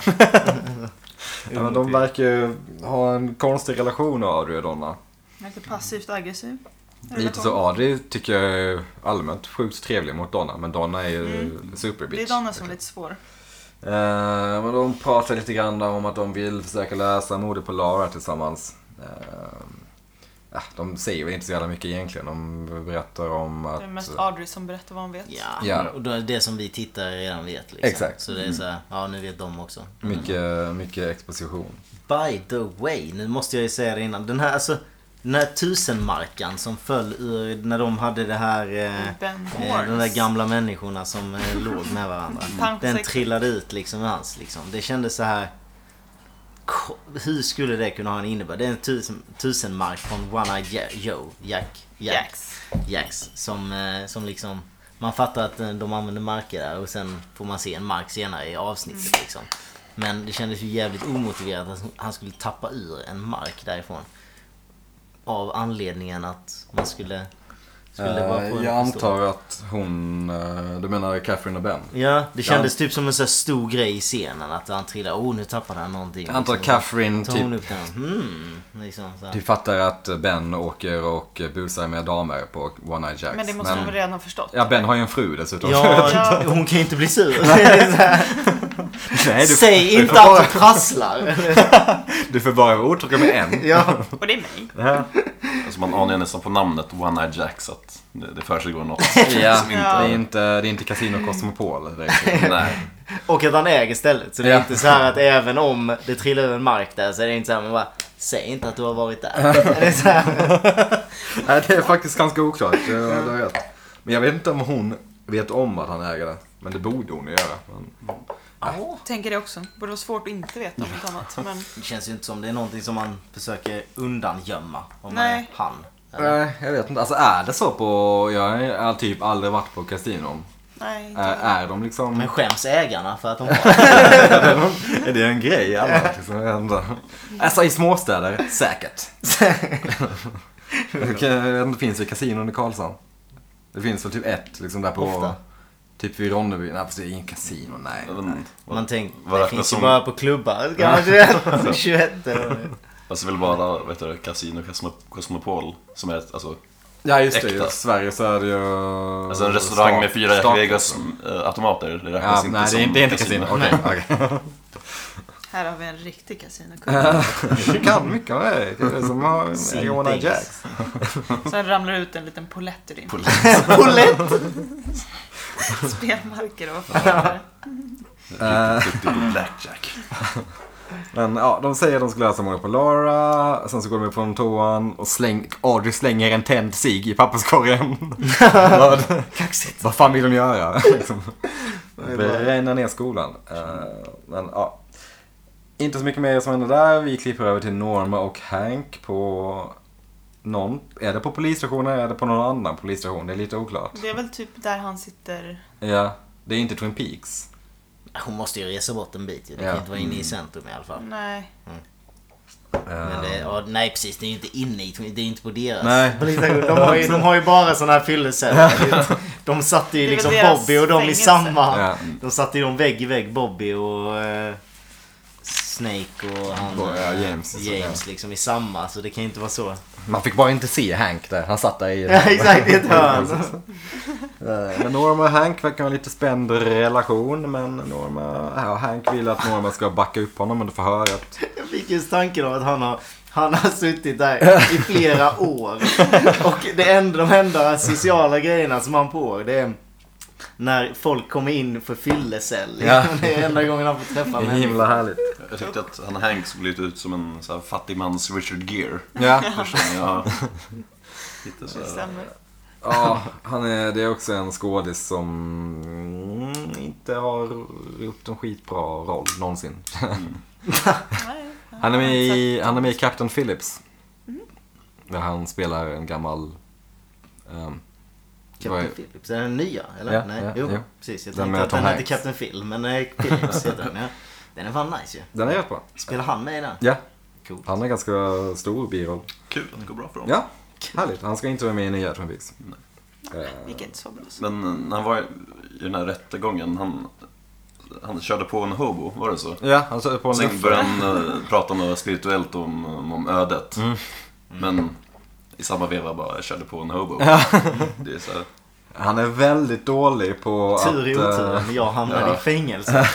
Speaker 1: ja, men de verkar ju ha en konstig relation Audrey och Donna.
Speaker 4: Lite passivt aggressiv.
Speaker 1: Lite så Audrey tycker jag är allmänt sjukt trevlig mot Donna, men Donna är ju superbitch.
Speaker 4: Mm. Det är Donna som är lite svår.
Speaker 1: Eh, men de pratar lite grann där om att de vill försöka lösa mordet på Lara tillsammans. Eh, ja, de säger väl inte så jävla mycket egentligen. De berättar om att... eh,
Speaker 4: Det är mest Audrey som berättar vad hon vet.
Speaker 3: Ja.
Speaker 1: Ja.
Speaker 3: Och då är det som vi tittare redan vet. Liksom.
Speaker 1: Exakt.
Speaker 3: Så det är så här, ja nu vet de också.
Speaker 1: mycket, mycket exposition.
Speaker 3: By the way, nu måste jag ju säga det innan. Den här, alltså, den här tusenmarkan som föll ur när de hade det här... Eh,
Speaker 4: Ben
Speaker 3: eh, de där
Speaker 4: Horns.
Speaker 3: gamla människorna som eh, låg med varandra. Den
Speaker 4: Tankesäck.
Speaker 3: trillade ut liksom ur hans liksom. Det kändes så här... ko- Hur skulle det kunna ha en innebörd? Det är en tusen, tusenmark från One Eye Ja- Joe, Jack, Jack,
Speaker 4: Jax.
Speaker 3: Jacks. Som, eh, som liksom Man fattar att eh, de använder marker där och sen får man se en mark senare i avsnittet liksom. Men det kändes ju jävligt omotiverat att han skulle tappa ur en mark därifrån. Av anledningen att man skulle... skulle
Speaker 1: Eh,
Speaker 3: bara få en
Speaker 1: jag
Speaker 3: pistol.
Speaker 1: antar att hon, eh, du menar Catherine och Ben?
Speaker 3: Ja, det kändes typ som en så här stor grej i scenen att han trillar. Oh, nu tappade han någonting.
Speaker 1: Jag antar att
Speaker 3: Liksom,
Speaker 1: Catherine
Speaker 3: tar hon
Speaker 1: typ,
Speaker 3: upp den. Hmm. Liksom så här.
Speaker 1: typ fattar att Ben åker och busar med damer på One Night Jacks.
Speaker 4: Men det måste de väl redan ha förstått?
Speaker 1: Ja, Ben har ju en fru dessutom.
Speaker 3: Ja,
Speaker 4: Ja.
Speaker 3: hon kan ju inte bli sur. Det är så här,
Speaker 1: Nej, du,
Speaker 3: Säg
Speaker 1: du
Speaker 3: inte
Speaker 1: får bara-
Speaker 3: att du prasslar.
Speaker 1: Du får bara vara otrogen med en.
Speaker 3: Ja.
Speaker 4: Och det är mig.
Speaker 2: Alltså man anar ju nästan på namnet One Eye Jacks att det, det försiggår något.
Speaker 1: Ja,
Speaker 2: Som
Speaker 1: det
Speaker 2: inte-
Speaker 1: är inte, det är inte Casino Cosmopol direkt.
Speaker 2: Nej.
Speaker 3: Och att han äger stället. Så det är
Speaker 1: Ja.
Speaker 3: inte så här att även om det trillar över en mark där så är det inte så här man bara Säg inte att du har varit där. Det är så här,
Speaker 1: Nej, det är faktiskt ganska oklart. Du har du har rätt. Men jag vet inte om hon vet om att han äger det. Men det borde hon ju göra. Men...
Speaker 4: Tänker det också. Borde vara svårt att inte veta om något annat. Men
Speaker 3: det känns ju inte som det är någonting som man försöker undangömma. Om man är
Speaker 4: Nej.
Speaker 3: han.
Speaker 1: Nej, jag vet inte. Alltså är det så på... Jag har typ aldrig varit på kasinon.
Speaker 3: Äh.
Speaker 4: nej. inte.
Speaker 1: Är, är de liksom...
Speaker 3: Men skäms ägarna för att de har
Speaker 1: Är det en grej annars? Liksom? Jag vet inte. Alltså i småstäder, säkert. Okej, jag vet inte, finns det kasinon i Karlshamn? Det finns väl typ ett liksom där på...
Speaker 3: Ofta.
Speaker 1: Typ vid Ronneby. Nej, fast det är ingen kasino. Nej.
Speaker 2: Men,
Speaker 3: Man tänker,
Speaker 2: Vad
Speaker 3: det
Speaker 2: räknas
Speaker 3: finns ju
Speaker 2: som-
Speaker 3: bara på klubbar kanske. 21 eller
Speaker 2: alltså väl bara, vet du, Casino Cosmo- Cosmopol som är ett,
Speaker 1: Oh,
Speaker 2: alltså,
Speaker 1: Ja just det,
Speaker 2: Äkta.
Speaker 1: i Sverige så är det ju...
Speaker 2: alltså en restaurang med fyra
Speaker 1: stat-
Speaker 2: Jack Vegas eh, automater. Det
Speaker 1: alltså. Ja,
Speaker 2: räknas inte
Speaker 1: nej, det
Speaker 2: som
Speaker 1: är inte, det är inte kasino. Okej, okej.
Speaker 4: Här har vi en riktig
Speaker 3: Äh.
Speaker 4: kasinokung.
Speaker 1: Du kan mycket om det. Det är som har Leona
Speaker 3: Things.
Speaker 1: Jacks.
Speaker 4: Sen ramlar det ut en liten polett ur din
Speaker 3: Polett!
Speaker 4: spelmarker. Och vad fan är det?
Speaker 2: Duktig på Typ blackjack.
Speaker 1: Men ja, de säger att de skulle läsa mordet på Lara. Sen så går de upp från toan och släng, Audrey slänger en tänd cigg i papperskorgen. vad,
Speaker 3: Kaxigt.
Speaker 1: vad fan vill de göra? liksom. Bränna ner skolan. Eh, men ja. Inte så mycket mer som händer där. Vi klipper över till Norma och Hank på någon. Är det på polisstationen eller är det på någon annan polisstation? Det är lite oklart.
Speaker 4: Det är väl typ där han sitter.
Speaker 1: Ja, det är inte Twin Peaks.
Speaker 3: Hon måste ju resa bort en bit ju. Det kan
Speaker 1: Ja.
Speaker 3: ju inte vara inne i centrum i alla fall.
Speaker 4: Nej.
Speaker 3: Men det, ja, nej precis, det är ju inte inne i, det är ju inte på deras.
Speaker 1: Nej.
Speaker 3: Polisen, De har ju, de har ju bara sådana här fylleceller. De satte ju
Speaker 4: Det är
Speaker 3: liksom
Speaker 4: väl deras
Speaker 3: Bobby och dem i
Speaker 4: fängelse.
Speaker 3: samma.
Speaker 1: Ja.
Speaker 3: De satte ju dem vägg i vägg, Bobby och eh, Snake och han,
Speaker 1: Och, ja,
Speaker 3: eh,
Speaker 1: James.
Speaker 3: James liksom i samma. Så det kan ju inte vara så.
Speaker 1: Man fick bara inte se Hank där. Han satt där i...
Speaker 3: Ja exakt, i ett hörn.
Speaker 1: Eh, Men Norma och Hank verkar ha en lite spänd relation men Norma, ja, Hank vill att Norma ska backa upp honom under förhöret. att
Speaker 3: Jag fick just tanken av att han har, han har suttit där i flera år. Och det enda, de enda sociala grejerna som han får det är när folk kommer in för fyllecell.
Speaker 1: Ja.
Speaker 3: Det är enda gången han får träffa
Speaker 1: Det är
Speaker 3: människor.
Speaker 1: himla härligt.
Speaker 2: Jag tyckte att han Hank såg lite ut som en så här, fattig mans Richard Gere.
Speaker 1: Ja,
Speaker 2: Förstår ni? Ja. Lite så
Speaker 4: Det
Speaker 2: här.
Speaker 4: stämmer.
Speaker 1: ja han är, det är också en skådis som mm, inte har gjort en skitbra roll någonsin.
Speaker 4: Nej. jag
Speaker 1: Han är med
Speaker 4: har
Speaker 1: i, han är med i Captain Phillips. Där han spelar en gammal... ehm, det var ju-
Speaker 3: Captain Phillips, är den nya? Eller?
Speaker 1: Ja,
Speaker 3: Nej,
Speaker 1: ja,
Speaker 3: jo,
Speaker 1: jo.
Speaker 3: precis. Jag
Speaker 1: Den
Speaker 3: tänkte
Speaker 1: med
Speaker 3: att
Speaker 1: Tom
Speaker 3: den hette
Speaker 1: Hanks.
Speaker 3: Captain Phil, men nej, Phillips heter den ja. Den är fan nice ju.
Speaker 1: Den är rätt bra.
Speaker 3: Spelar han med i den?
Speaker 1: Ja,
Speaker 3: Cool.
Speaker 1: han är ganska stor biroll.
Speaker 2: Kul att det går bra för dem.
Speaker 1: Ja, härligt. Han ska inte vara med i nya Twin Peaks.
Speaker 4: Det gick inte så bra. så.
Speaker 2: Men när han var i den här rättegången, han, han körde på en hobo, var det så?
Speaker 1: Ja, han satt på en
Speaker 2: Sen började han eh, prata om något spirituellt om, om ödet.
Speaker 1: Mm.
Speaker 2: Men i samma veva bara körde på en hobo. Det är så här,
Speaker 1: Han är väldigt dålig på
Speaker 3: Tur i
Speaker 1: att... eh,
Speaker 3: oturen, jag hamnade
Speaker 2: ja.
Speaker 3: i fängelse.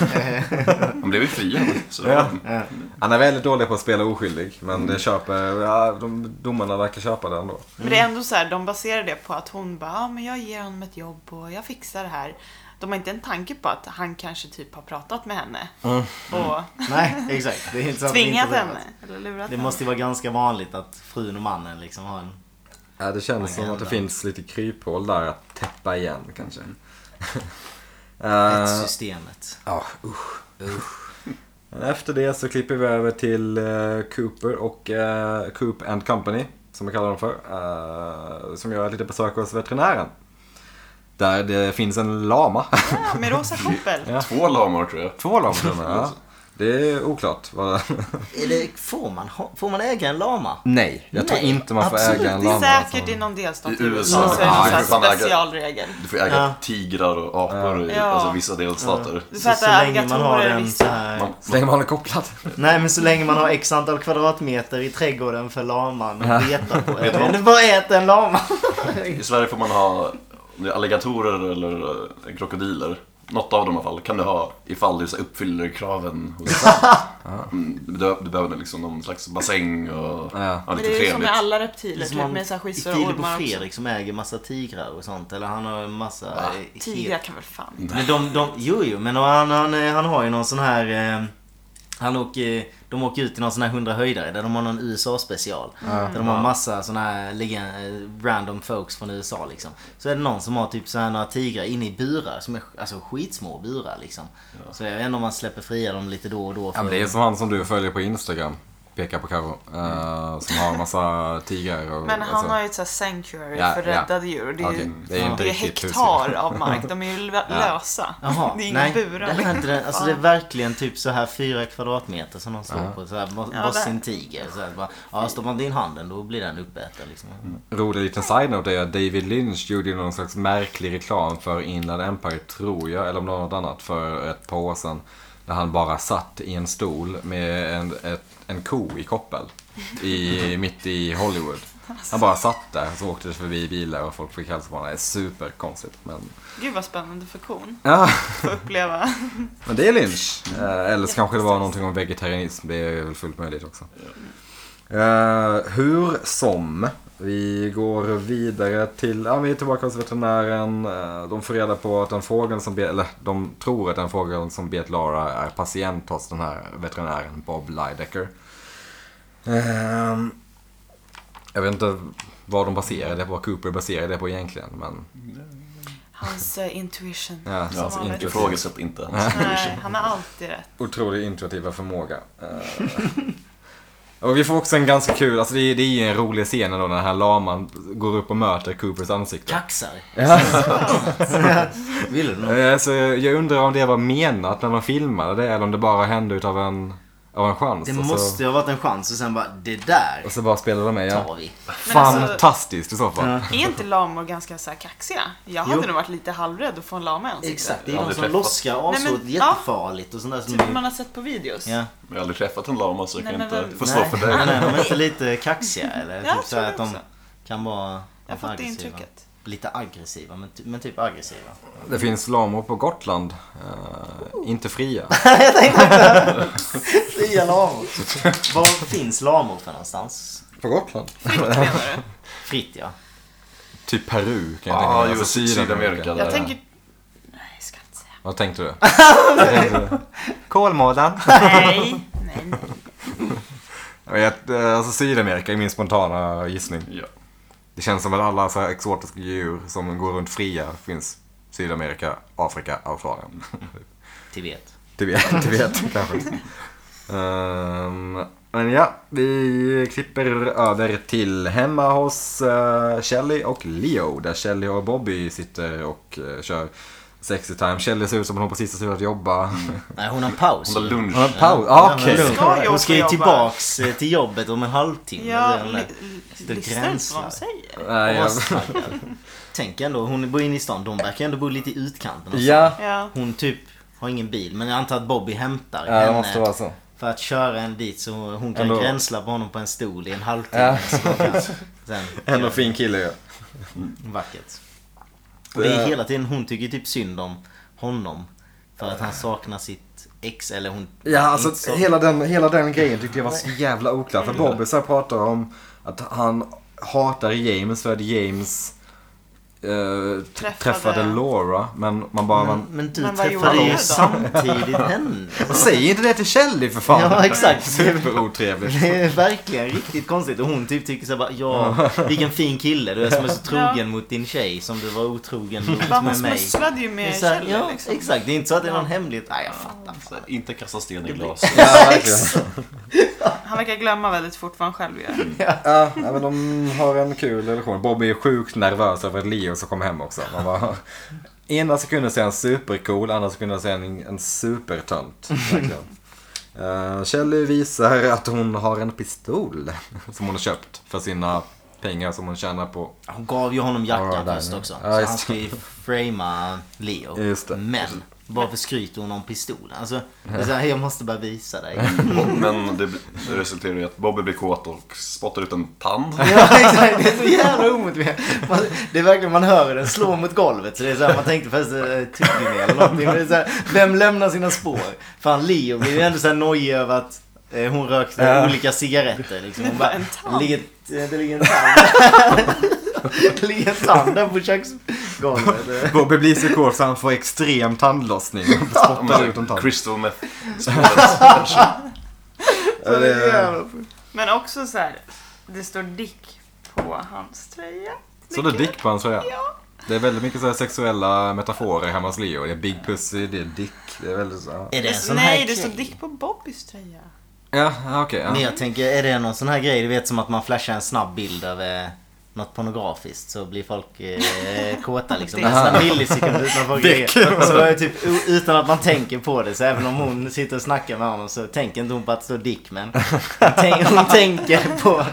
Speaker 2: han blev ju friad. Så det
Speaker 1: Ja.
Speaker 2: var-
Speaker 1: han är väldigt dålig på att spela oskyldig. Men det köper... Ja, de, domarna verkar köpa det ändå.
Speaker 4: Men det är ändå så här, de baserar det på att hon bara, ah, men jag ger honom ett jobb och jag fixar det här. De har inte en tanke på att han kanske typ har pratat med henne. Och
Speaker 3: nej, exakt. Det är inte Mm. så att vi inte
Speaker 4: tvingat
Speaker 3: vet.
Speaker 4: henne. Eller lurat
Speaker 3: Det
Speaker 4: henne.
Speaker 3: måste ju vara ganska vanligt att frun och mannen liksom har en...
Speaker 1: Ja, det känns som att det
Speaker 3: Agenda.
Speaker 1: finns lite kryphål där att täppa igen kanske.
Speaker 3: Ett
Speaker 1: Eh,
Speaker 3: systemet.
Speaker 1: Ja, usch. Men Efter det så klipper vi över till eh, Cooper och eh, Coop and Company, som jag kallar dem för. eh, som gör ett litet besök hos veterinären. Där det finns en lama.
Speaker 4: Ja, med rosa koppel.
Speaker 1: Ja.
Speaker 2: Två lamor tror jag.
Speaker 1: Två lamor. Ja. Det är oklart. vad-
Speaker 3: Eller får man, ha, får man äga en lama?
Speaker 1: Nej, jag tror
Speaker 3: Nej,
Speaker 1: inte man får
Speaker 3: absolut
Speaker 1: äga en
Speaker 4: Det
Speaker 1: lama.
Speaker 4: är säkert
Speaker 1: alltså.
Speaker 4: i någon delstat
Speaker 2: I USA.
Speaker 4: så är det
Speaker 1: Ja,
Speaker 4: någon
Speaker 1: jag
Speaker 2: tror
Speaker 4: sån
Speaker 2: fan
Speaker 4: här
Speaker 2: äga-
Speaker 4: specialregel.
Speaker 2: Du får äga
Speaker 3: Ja.
Speaker 2: tigrar och apor i
Speaker 4: Ja.
Speaker 2: alltså, vissa delstater.
Speaker 4: Du får
Speaker 3: Så, så
Speaker 4: äta
Speaker 3: länge man har
Speaker 4: alligatorer i
Speaker 3: den så
Speaker 4: vissa.
Speaker 3: här...
Speaker 2: Man,
Speaker 1: Så länge man är kopplad.
Speaker 3: Nej men så länge man har x antal kvadratmeter i trädgården för laman
Speaker 1: Ja.
Speaker 3: att beta på.
Speaker 2: Vet du vad?
Speaker 3: Eller bara äta en lama.
Speaker 2: I Sverige får man ha om det är alligatorer eller eh, krokodiler. Något av dem i alla fall kan du ha ifall du så här uppfyller kraven hos mm, du, du behöver liksom någon slags bassäng och
Speaker 1: Ja.
Speaker 2: ja,
Speaker 4: Men
Speaker 2: lite
Speaker 4: det är ju som
Speaker 2: trevligt.
Speaker 4: med alla reptiler, typ med så här
Speaker 3: I
Speaker 4: skissor och
Speaker 3: Filip och
Speaker 4: ormar också.
Speaker 3: Fredrik som äger massa tigrar och sånt. Eller han har en massa... eh, helt-
Speaker 4: Tigrar kan väl fan
Speaker 3: Men de, de, jo, jo, men han, han, eh, han har ju någon sån här... Eh, han åker, de åker ut i någon sån här 100 höjdare där de har någon USA-special. Där de har massa såna här legend, eh, random folks från USA liksom. Så är det någon som har typ så här några tigrar inne i burar som är sk- alltså, skitsmå burar liksom. Så jag vet inte om man släpper fria dem lite då och då.
Speaker 1: Ja, men det är som han som du följer på Instagram. Pekar på Karo. eh, som har en massa tigrar och...
Speaker 4: Men han
Speaker 1: alltså-
Speaker 4: har ju ett sånt här sanctuary
Speaker 1: Ja,
Speaker 4: för
Speaker 1: ja.
Speaker 4: räddade djur. och Det är,
Speaker 1: Okej,
Speaker 4: ju
Speaker 1: det är inte
Speaker 4: det är
Speaker 1: riktigt
Speaker 4: hektar av mark. De är ju lö- lösa.
Speaker 3: Jaha,
Speaker 4: det är inga
Speaker 3: nej.
Speaker 4: burar.
Speaker 3: Det är, inte det. Alltså, det är verkligen typ så här fyra kvadratmeter som de står på. Så här, var,
Speaker 4: Ja,
Speaker 3: varsin
Speaker 4: där.
Speaker 3: tiger. Så här, bara, ja, stoppar man in handen då blir den uppäten liksom.
Speaker 1: rolig liten side-note är att David Lynch gjorde ju någon slags märklig reklam för Inland Empire, tror jag, eller om det var något annat, för ett par år sedan. Där han bara satt i en stol med en, ett, en ko i koppel. I, mitt i Hollywood. Han bara satt där, så åkte det förbi bilar och folk fick hälsa på honom. Det är superkonstigt. Men,
Speaker 4: Gud vad spännande för kon.
Speaker 1: ja,
Speaker 4: Få uppleva.
Speaker 1: men det är Lynch. Eh, Eller så kanske det var någonting om vegetarianism. Det är väl fullt möjligt också. Eh, hur som, vi går vidare till, ja vi är tillbaka hos veterinären. Eh, de får reda på att den fågeln som bet, eller de tror att den fågeln som bet Lara är patient hos den här veterinären Bob Lidecker. Ehm, jag vet inte vad de baserar det på, vad Cooper baserar det på egentligen. Men,
Speaker 4: Hans eh, intuition.
Speaker 1: ja,
Speaker 4: som
Speaker 2: Ja,
Speaker 1: alltså,
Speaker 4: vanligt.
Speaker 1: inte
Speaker 2: Ifrågasätt inte hans
Speaker 4: Nej, han har alltid rätt.
Speaker 1: otrolig intuitiva förmåga. Eh, Och vi får också en ganska kul, alltså det är, det är ju en rolig scen då när den här laman går upp och möter Coopers ansikte.
Speaker 3: Kaxar.
Speaker 1: Ja.
Speaker 3: Vill du något?
Speaker 1: Eh, Så jag undrar om det var menat när de filmade det eller om det bara hände utav en, av en chans.
Speaker 3: Det
Speaker 1: och,
Speaker 3: måste
Speaker 1: så,
Speaker 3: ju ha varit en chans och sen bara det där
Speaker 1: och så bara spelade de med.
Speaker 3: tar
Speaker 1: Ja.
Speaker 3: vi.
Speaker 4: Men alltså-
Speaker 1: Fantastiskt i så fall.
Speaker 3: Ja.
Speaker 4: Är inte lamor ganska så här kaxiga? Jag hade
Speaker 3: Jo.
Speaker 4: nog varit lite halvrädd att få en lama i ansiktet.
Speaker 3: Exakt, det är
Speaker 2: Jag har
Speaker 3: de
Speaker 2: aldrig
Speaker 3: som
Speaker 2: träffat.
Speaker 3: loskar
Speaker 4: Nej, men-
Speaker 3: asåt
Speaker 4: ja.
Speaker 3: jättefarligt och sånt där som...
Speaker 4: Typ man har sett på videos.
Speaker 3: Mm. Ja.
Speaker 2: Jag har aldrig träffat en lama så jag
Speaker 4: Nej,
Speaker 2: kan
Speaker 4: men
Speaker 2: inte...
Speaker 4: vem-
Speaker 2: Det får stå
Speaker 3: Nej,
Speaker 2: för
Speaker 3: nej,
Speaker 2: dig.
Speaker 3: nej, de är inte lite kaxiga eller?
Speaker 4: Jag
Speaker 3: typ så
Speaker 4: tror
Speaker 3: här
Speaker 4: det
Speaker 3: att de
Speaker 4: också.
Speaker 3: kan vara...
Speaker 4: Jag
Speaker 3: vara
Speaker 4: fattar
Speaker 3: aggressiva.
Speaker 4: intrycket.
Speaker 3: Lite aggressiva, men, ty- men typ aggressiva.
Speaker 1: Det finns lamor på Gotland. eh, inte fria.
Speaker 3: Fria lamor. Var finns lamor för någonstans?
Speaker 1: på Gotland?
Speaker 4: Fritt menar du?
Speaker 3: Fritt ja.
Speaker 1: Typ Peru kan jag
Speaker 2: Ja,
Speaker 1: tänka mig. Alltså,
Speaker 2: just alltså Sydamerika.
Speaker 4: Jag
Speaker 2: Ja.
Speaker 4: tänker... Nej, jag ska inte säga.
Speaker 1: Vad tänkte du? Kolmården.
Speaker 4: Nej, nej, nej.
Speaker 1: Jag vet, eh, alltså Sydamerika är min spontana gissning.
Speaker 2: Ja.
Speaker 1: Det känns som att alla så här exotiska djur som går runt fria finns Sydamerika, Afrika, Australien.
Speaker 3: Tibet.
Speaker 1: Tibet, Tibet kanske. Ehm, men ja, vi klipper över till hemma hos uh, Shelly och Leo. Där Shelly och Bobby sitter och eh, kör sexy time. Shelly ser ut som om hon precis har slutat jobba.
Speaker 3: Nej, hon har en paus.
Speaker 2: Hon har lunch.
Speaker 1: Hon har paus. Ah,
Speaker 3: Hon har
Speaker 1: Okej.
Speaker 3: lunch.
Speaker 4: Ska jag
Speaker 3: Hon ska ju
Speaker 4: få jobba?
Speaker 3: tillbaks eh, till jobbet om en halvtimme.
Speaker 4: Jag
Speaker 3: eller-
Speaker 4: li- li-
Speaker 3: det
Speaker 4: lyssnar inte på
Speaker 3: gränslar.
Speaker 4: vad de säger.
Speaker 1: Nej,
Speaker 3: Hon var
Speaker 1: jag-
Speaker 3: snackad. Tänk ändå, hon bor inne i stan. De verkar ändå bo lite i utkanten. och så.
Speaker 1: Ja,
Speaker 4: Ja.
Speaker 3: Hon typ har ingen bil, men jag antar att Bobby hämtar
Speaker 1: ja, det måste vara
Speaker 3: henne.
Speaker 1: så.
Speaker 3: För att köra en dit så hon kan
Speaker 1: Ändå.
Speaker 3: gränsla på honom på en stol i en
Speaker 1: Ja.
Speaker 3: halvtimme. så hon kan- Sen,
Speaker 1: Ändå fin kille ju.
Speaker 3: vackert. Och det är hela tiden, hon tycker typ synd om honom. För att han saknar sitt ex, eller hon...
Speaker 1: Ja,
Speaker 3: inte
Speaker 1: alltså
Speaker 3: så- Mm.
Speaker 1: hela den, hela den grejen tyckte jag var så jävla oklart. För Bobby så här pratar om att han hatar James för att James eh, t- träffade.
Speaker 4: Träffade-
Speaker 1: Laura. Men man bara,
Speaker 3: Men,
Speaker 1: man,
Speaker 3: men du
Speaker 4: Men vad gjorde
Speaker 3: träffade
Speaker 4: du
Speaker 3: ju
Speaker 4: då?
Speaker 3: samtidigt henne.
Speaker 1: man säger inte det till Shelly för fan.
Speaker 3: Ja, exakt.
Speaker 1: Superotrevligt.
Speaker 3: Det är verkligen riktigt konstigt och hon typ tycker såhär bara ja, vilken fin kille du är som är så trogen
Speaker 4: Ja.
Speaker 3: mot din tjej som du var otrogen mot
Speaker 4: Bara
Speaker 3: med
Speaker 4: hon
Speaker 3: mig.
Speaker 4: smusslade ju
Speaker 3: Det är
Speaker 4: med
Speaker 3: så här,
Speaker 4: Kjell.
Speaker 3: ja,
Speaker 4: liksom. Alltså,
Speaker 3: exakt. Det är inte så att det är någon hemlighet. Nej, jag fattar.
Speaker 2: Så här, Inte kasta sten i glas.
Speaker 1: Ja, verkligen.
Speaker 4: Han verkar glömma väldigt fort vad han själv gör.
Speaker 3: Mm.
Speaker 1: Ja, nej, men de har en kul relation. Bobby är sjukt nervös över att Leo ska komma hem också. Man bara, ena sekunden så är han supercool, andra sekunden så är han en supertönt. verkligen. Eh, Shelly visar att hon har en pistol som hon har köpt för sina pengar som hon tjänar på.
Speaker 3: Hon gav ju honom
Speaker 1: Ja,
Speaker 3: jackan
Speaker 1: där,
Speaker 3: först
Speaker 1: ja.
Speaker 3: också.
Speaker 1: Ja,
Speaker 3: så
Speaker 1: just
Speaker 3: han
Speaker 1: det.
Speaker 3: ska ju framea Leo.
Speaker 1: Just det.
Speaker 3: Men varför skryter hon om pistolen? Alltså, det är så här, jag måste bara visa dig.
Speaker 2: Men det resulterar i att Bobby blir kåt och spottar ut en tand.
Speaker 3: ja, exakt. Det är så jävla omotiverat. Man, det är verkligen, man hör hur den slår mot golvet. Så det är så här, man tänkte först eh, tuggummi eller någonting. Men det är så här, vem lämnar sina spår? Fan, Leo blir ju ändå så här nojig över att eh, hon rökte
Speaker 1: Ja.
Speaker 3: olika cigaretter. Liksom. Hon
Speaker 4: Det
Speaker 3: bara,
Speaker 4: var en tand.
Speaker 3: ligger, eh, det ligger en tand. det ligger en tand där på köksgolvet.
Speaker 1: Bobby blir så cool så han får extrem tandlossning. och Spottar ut en tand.
Speaker 2: Crystal meth spåret.
Speaker 1: Ja, det är-
Speaker 4: Men också så här, det står Dick på hans tröja.
Speaker 1: Så det är dick på hans tröja.
Speaker 4: Ja.
Speaker 1: Det är väldigt mycket så här sexuella metaforer hemma hos Leo. Det är Big Pussy, det är Dick. Det är väldigt så.
Speaker 3: Är det en sån
Speaker 4: Nej,
Speaker 3: här
Speaker 4: det
Speaker 3: grej?
Speaker 4: står Dick på Bobbys tröja.
Speaker 1: Ja, ja, okej.
Speaker 3: Men
Speaker 1: ja.
Speaker 3: jag tänker, är det någon sån här grej, du vet som att man flashar en snabb bild av eh, något pornografiskt så blir folk eh, kåta liksom.
Speaker 4: Det-
Speaker 3: Nästan millisekund utan folk reagerar. Så är det typ, o- utan att man tänker på det, så även om hon sitter och snackar med honom så tänker inte hon på att det står dick men hon, tänk, hon tänker på...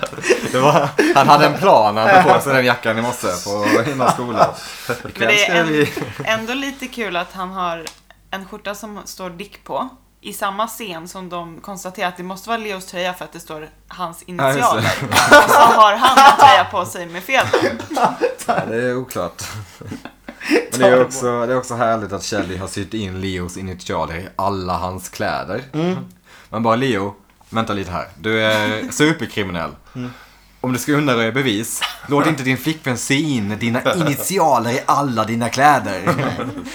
Speaker 1: Det var, han hade en plan. Han tog på sig den jackan i morse på, innan skolan.
Speaker 4: Men det är
Speaker 1: Ikväll ska
Speaker 4: en,
Speaker 1: vi-
Speaker 4: ändå lite kul att han har en skjorta som står Dick på. I samma scen som de konstaterar att det måste vara Leos tröja för att det står hans
Speaker 1: Ja, just
Speaker 4: initialer. Och så har han en tröja på sig med fel namn.
Speaker 1: Ja, det är oklart. Men det är, också, det är också härligt att Shelly har sytt in Leos initialer i alla hans kläder. Man bara, Leo, vänta lite här. Du är superkriminell. Om du ska undanröja bevis, låt inte din flickvän se in dina initialer i alla dina kläder.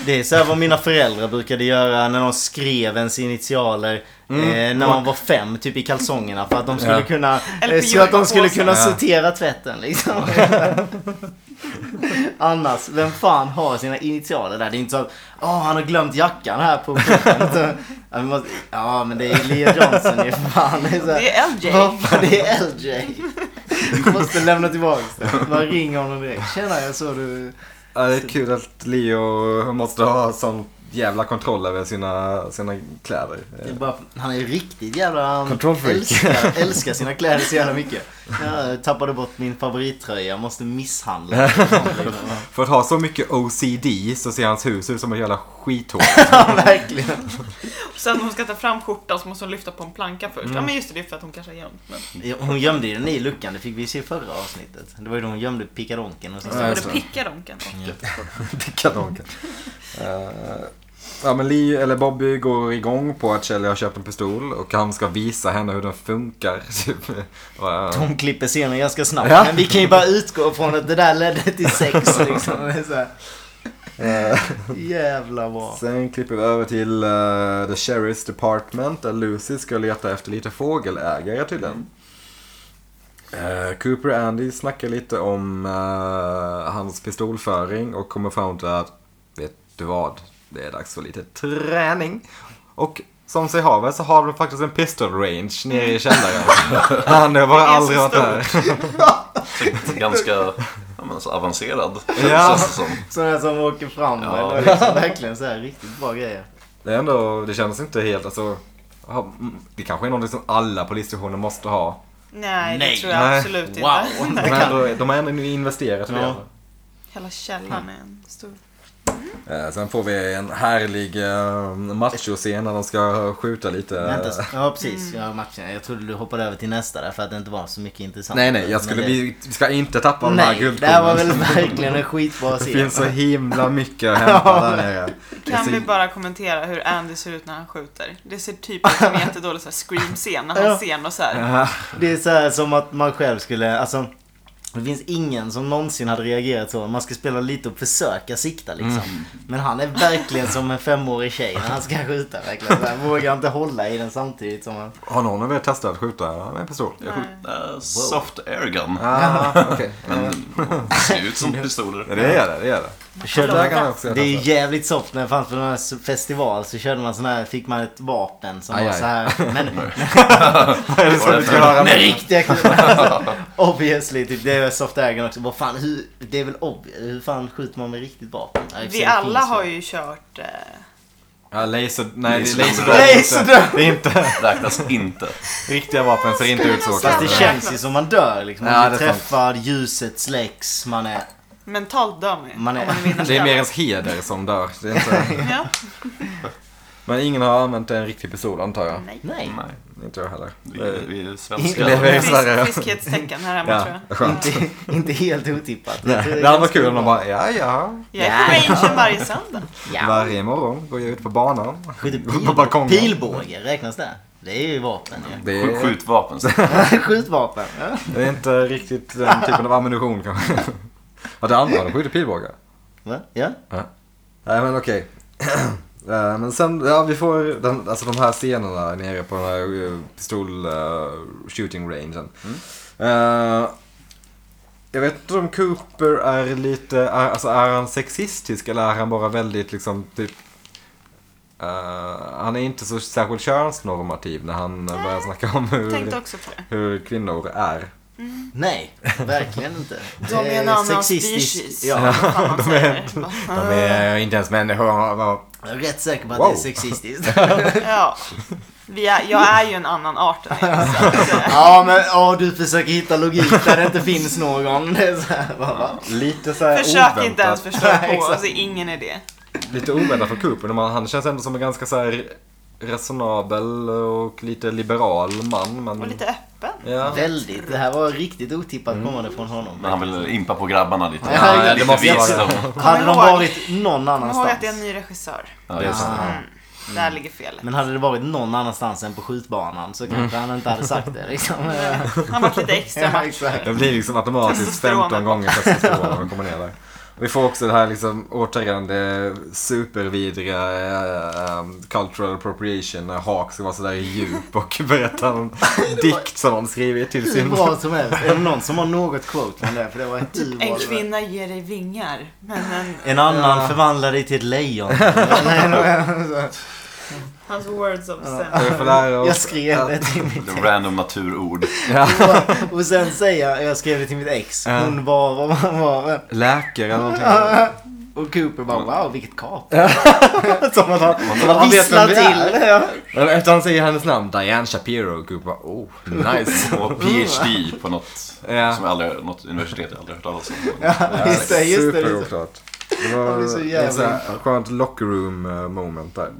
Speaker 3: Det är så här vad mina föräldrar brukade göra när de skrev ens initialer eh, när man var fem, typ i kalsongerna för att de skulle
Speaker 1: Mm. Ja.
Speaker 3: kunna,
Speaker 4: Eller
Speaker 3: eh,
Speaker 4: på
Speaker 3: så att de skulle
Speaker 4: jordpåsen.
Speaker 3: kunna
Speaker 1: Ja.
Speaker 3: sortera tvätten liksom. Annars, vem fan har sina initialer där? Det är inte så att, åh han har glömt jackan här på skjortan." Utan, ja, vi måste- Ja men det är Lea Johnson ju för fan. Det är, så här,
Speaker 4: Det är LJ.
Speaker 3: "Vad fan, det är LJ. Du måste lämna tillbaka det. Bara ring honom direkt. Tjena jag såg du
Speaker 1: Ja, det är kul att Leo måste ha sån jävla kontroll över sina, sina kläder.
Speaker 3: Det är bara, han är riktigt jävla... han
Speaker 1: Kontrollfreak.
Speaker 3: Älskar, älskar sina kläder så jävla mycket. Jag tappade bort min favorittröja, måste misshandla den.
Speaker 1: För att ha så mycket OCD så ser hans hus ut som ett jävla skithål.
Speaker 3: Ja, Verkligen.
Speaker 4: Sen när hon ska ta fram skjortan så måste hon lyfta på en planka först.
Speaker 1: Mm.
Speaker 4: Ja men just det, det är för att hon kanske har gömt den.
Speaker 3: Hon gömde ju den i luckan, det fick vi se i förra avsnittet. Det var ju då hon gömde pickadonken och så.
Speaker 1: Ja,
Speaker 4: Och
Speaker 1: just
Speaker 4: det
Speaker 1: det.
Speaker 4: pickar donken.
Speaker 1: Kanonken. Eh, ja men Lee, eller Bobby går igång på att Shelly har köpt en pistol och han ska visa henne hur den funkar. Typ. Och, eh,
Speaker 3: Hon klipper scenen ganska snabbt.
Speaker 1: Ja.
Speaker 3: Men vi kan ju bara utgå från att det där ledde till sex liksom. Det är så här,
Speaker 1: eh,
Speaker 3: jävla bra.
Speaker 1: Sen klipper vi över till eh, The Sheriff's Department där Lucy ska leta efter lite fågelägare
Speaker 4: Mm.
Speaker 1: tydligen. Eh, Cooper och Andy snackar lite om eh, hans pistolföring och kommer fram till att vet du vad, det är dags för lite träning. Och som sig haver så har de faktiskt en pistol range nere i källaren. Han har bara
Speaker 4: Mm. Det är
Speaker 1: aldrig
Speaker 4: så
Speaker 1: varit där.
Speaker 2: Ganska ja, men, så avancerad.
Speaker 1: Ja.
Speaker 2: Känns det som.
Speaker 3: Sådana som åker fram.
Speaker 2: Ja.
Speaker 3: Eller liksom, verkligen så här riktigt bra grejer.
Speaker 1: Det är ändå, det kändes inte helt alltså. ha- mm, Det kanske är någonting som alla polisstationer måste ha.
Speaker 4: Nej, det
Speaker 3: Nej.
Speaker 4: tror jag
Speaker 1: Nej.
Speaker 4: absolut inte.
Speaker 3: Wow.
Speaker 1: De har ändå, de har ändå nu investerat i
Speaker 3: Ja.
Speaker 1: det.
Speaker 4: Hela källaren är en stor...
Speaker 1: Eh, Sen får vi en härlig eh, machoscen när de ska skjuta lite.
Speaker 3: Vänta, ja precis. Ja, matchen. Jag trodde du hoppade över till nästa där för att det inte var så mycket intressant.
Speaker 1: Nej, nej,
Speaker 3: Men
Speaker 1: jag skulle,
Speaker 3: det-
Speaker 1: vi vi ska inte tappa de här
Speaker 3: Nej, det här var väl
Speaker 1: guldkornen.
Speaker 3: verkligen en skitbra
Speaker 1: Det
Speaker 3: scen.
Speaker 1: finns så himla mycket att hämta där nere. Det är
Speaker 4: Kan
Speaker 1: så-
Speaker 4: vi bara kommentera hur Andy ser ut när han skjuter? Det ser typ ut som en jättedålig så här scream-scen när
Speaker 3: Ja.
Speaker 4: han ser och så här.
Speaker 1: Ja,
Speaker 3: Det är så här som att man själv skulle, alltså det finns ingen som någonsin hade reagerat så. Man ska spela lite och försöka sikta liksom.
Speaker 1: Mm.
Speaker 3: Men han är verkligen som en femårig tjej när han ska skjuta verkligen. Så här, vågar inte hålla i den samtidigt som han...
Speaker 1: Har någon av er testat att skjuta med en pistol?
Speaker 2: Jag skjuter, eh, soft airgun.
Speaker 1: Ah, okej.
Speaker 2: Men Det ser ut som pistoler.
Speaker 1: Ja, det gör det, det gör det.
Speaker 3: Körde,
Speaker 1: Där kan man också göra alltså.
Speaker 3: det är ju
Speaker 1: tester.
Speaker 3: jävligt soft när det fanns på någon här festival så körde man sån här, fick man ett vapen som
Speaker 1: Aj,
Speaker 3: var
Speaker 1: aj.
Speaker 3: så här. Men,
Speaker 1: Vad är det som du ska höra?
Speaker 3: men riktiga kulor. Obviously, typ, det är väl soft agon också. Vad fan, hur, det är väl obvious. Hur fan skjuter man med riktigt vapen? Ja, i och för sig,
Speaker 4: Vi
Speaker 3: det
Speaker 4: alla
Speaker 3: finns
Speaker 4: har
Speaker 3: väl.
Speaker 4: ju kört... Eh,
Speaker 1: Ja, laser... Nej,
Speaker 2: Laser-
Speaker 1: laserdrön. är inte-
Speaker 3: Laserdrön!
Speaker 1: Det är inte...
Speaker 2: Räknas inte.
Speaker 1: Riktiga vapen ser inte ut så.
Speaker 4: Fast
Speaker 3: Fast det
Speaker 1: kanske.
Speaker 3: känns ju som man dör liksom. Man
Speaker 1: Ja,
Speaker 3: blir
Speaker 1: det är sant.
Speaker 3: träffad, ljuset släcks, man är...
Speaker 4: mentalt dör man ju.
Speaker 3: Man är-
Speaker 4: om man vinner
Speaker 1: Det är
Speaker 4: spelet.
Speaker 1: mer ens heder som dör. Det är inte...
Speaker 4: Ja.
Speaker 1: Men ingen har använt en riktig pistol antar jag.
Speaker 4: Nej.
Speaker 3: Nej.
Speaker 2: Nej,
Speaker 1: Inte jag heller.
Speaker 2: vi, vi är
Speaker 1: Det
Speaker 2: svenskar.
Speaker 1: är Sverige, ja.
Speaker 4: Frisk, friskhetstecken här hemma tror
Speaker 1: Ja,
Speaker 4: jag.
Speaker 1: skönt.
Speaker 3: Inte, inte helt otippat. Jag tror
Speaker 1: Nej,
Speaker 3: är
Speaker 1: Det hade varit
Speaker 3: ganska
Speaker 1: kul om de
Speaker 3: bra.
Speaker 1: bara, ja ja.
Speaker 4: Jag är på rangen varje söndag.
Speaker 3: Ja.
Speaker 1: Varje morgon går jag ut på banan.
Speaker 3: Skjuter
Speaker 1: Går på balkongen.
Speaker 3: pil, pilbåge, räknas det? Det är ju vapen ju.
Speaker 1: Det
Speaker 2: Skjut-
Speaker 1: är,
Speaker 2: Skjutvapen.
Speaker 3: Skjutvapen. ja.
Speaker 1: det är inte riktigt den typen av ammunition kanske. Ja, det andra, de skjuter pilbågar.
Speaker 3: Va? Ja.
Speaker 1: Nej men okej. Eh, Men sen, ja vi får den, alltså de här scenerna nere på den här eh, pistol eh, shooting rangen. Eh, jag vet inte om Cooper är lite, är, alltså är han sexistisk eller är han bara väldigt liksom typ eh, han är inte så särskilt könsnormativ när han eh, börjar snacka om
Speaker 4: Tänkte
Speaker 1: hur,
Speaker 4: också på det.
Speaker 1: hur kvinnor är.
Speaker 3: Nej, verkligen inte.
Speaker 4: De är en annan species.
Speaker 3: Ja,
Speaker 4: vad fan man säger.
Speaker 1: De är inte ens människor.
Speaker 3: jag är rätt säker på att det
Speaker 1: Wow.
Speaker 3: är sexistiskt.
Speaker 4: Ja. Vi är, jag är ju en annan art än er, så att, eh,
Speaker 3: ja, men ja, du försöker hitta logik där det inte finns någon. Det är så här, va, va?
Speaker 1: Lite så här
Speaker 4: Försök inte
Speaker 1: oväntat.
Speaker 4: ens förstå på
Speaker 3: exakt.
Speaker 4: oss, det är ingen idé.
Speaker 1: lite oväntat för Cooper. men Han känns ändå som en ganska så här resonabel och lite liberal man. Men...
Speaker 4: Och lite öppen.
Speaker 1: Ja.
Speaker 3: Väldigt. Det här var riktigt otippat kommande från honom.
Speaker 2: Men han vill impa på grabbarna lite.
Speaker 3: Ja, det
Speaker 2: lite
Speaker 1: måste jag
Speaker 2: visdom.
Speaker 3: Hade de
Speaker 4: ihåg-
Speaker 3: varit någon
Speaker 4: Kom ihåg att det är en
Speaker 3: annanstans.
Speaker 4: ny regissör. Mm.
Speaker 2: Ja, just det.
Speaker 3: Ja.
Speaker 1: Mm.
Speaker 4: Där ligger felet.
Speaker 3: Men hade det varit någon annanstans än på skjutbanan så kanske han inte hade sagt det. Liksom.
Speaker 4: Han var lite extra
Speaker 3: Ja,
Speaker 4: macho.
Speaker 3: exakt.
Speaker 1: Det blir liksom automatiskt
Speaker 4: Testosteronet.
Speaker 1: 15 gånger testosteron när man kommer ner där. Vi får också det här liksom återigen det supervidriga eh, um, cultural appropriation när Hawk ska vara sådär djup och berätta en dikt som han skrivit till
Speaker 3: Hur
Speaker 1: sin...
Speaker 3: bra som helst. Är det någon som har något quote från det? För det var ett
Speaker 4: En
Speaker 3: urval.
Speaker 4: kvinna ger dig vingar, men en,
Speaker 3: En annan förvandlar dig till ett lejon.
Speaker 4: hans words of sense.
Speaker 1: Vi får lära oss
Speaker 3: Jag skrev det
Speaker 1: att-
Speaker 3: till mitt
Speaker 2: Lite Random naturord.
Speaker 3: och, och sen säger jag, jag skrev det till mitt ex. Hon var, vad man var.
Speaker 1: Läkare eller någonting.
Speaker 3: Och Cooper bara, wow vilket kap. som att han, som att
Speaker 1: han
Speaker 3: han
Speaker 1: vet
Speaker 3: visslar
Speaker 1: vem det är.
Speaker 3: till. Ja.
Speaker 1: Men Efter han säger hennes namn, Diane Shapiro, och Cooper bara oh, nice.
Speaker 2: Och PhD på något,
Speaker 1: Ja.
Speaker 2: som jag aldrig, något universitet jag aldrig hört talas om.
Speaker 3: Just det, just
Speaker 1: Super
Speaker 3: det. Just det.
Speaker 1: oklart. Det var
Speaker 3: Ja, det är så
Speaker 1: ett
Speaker 3: jävla
Speaker 1: så här skönt locker room eh, moment där.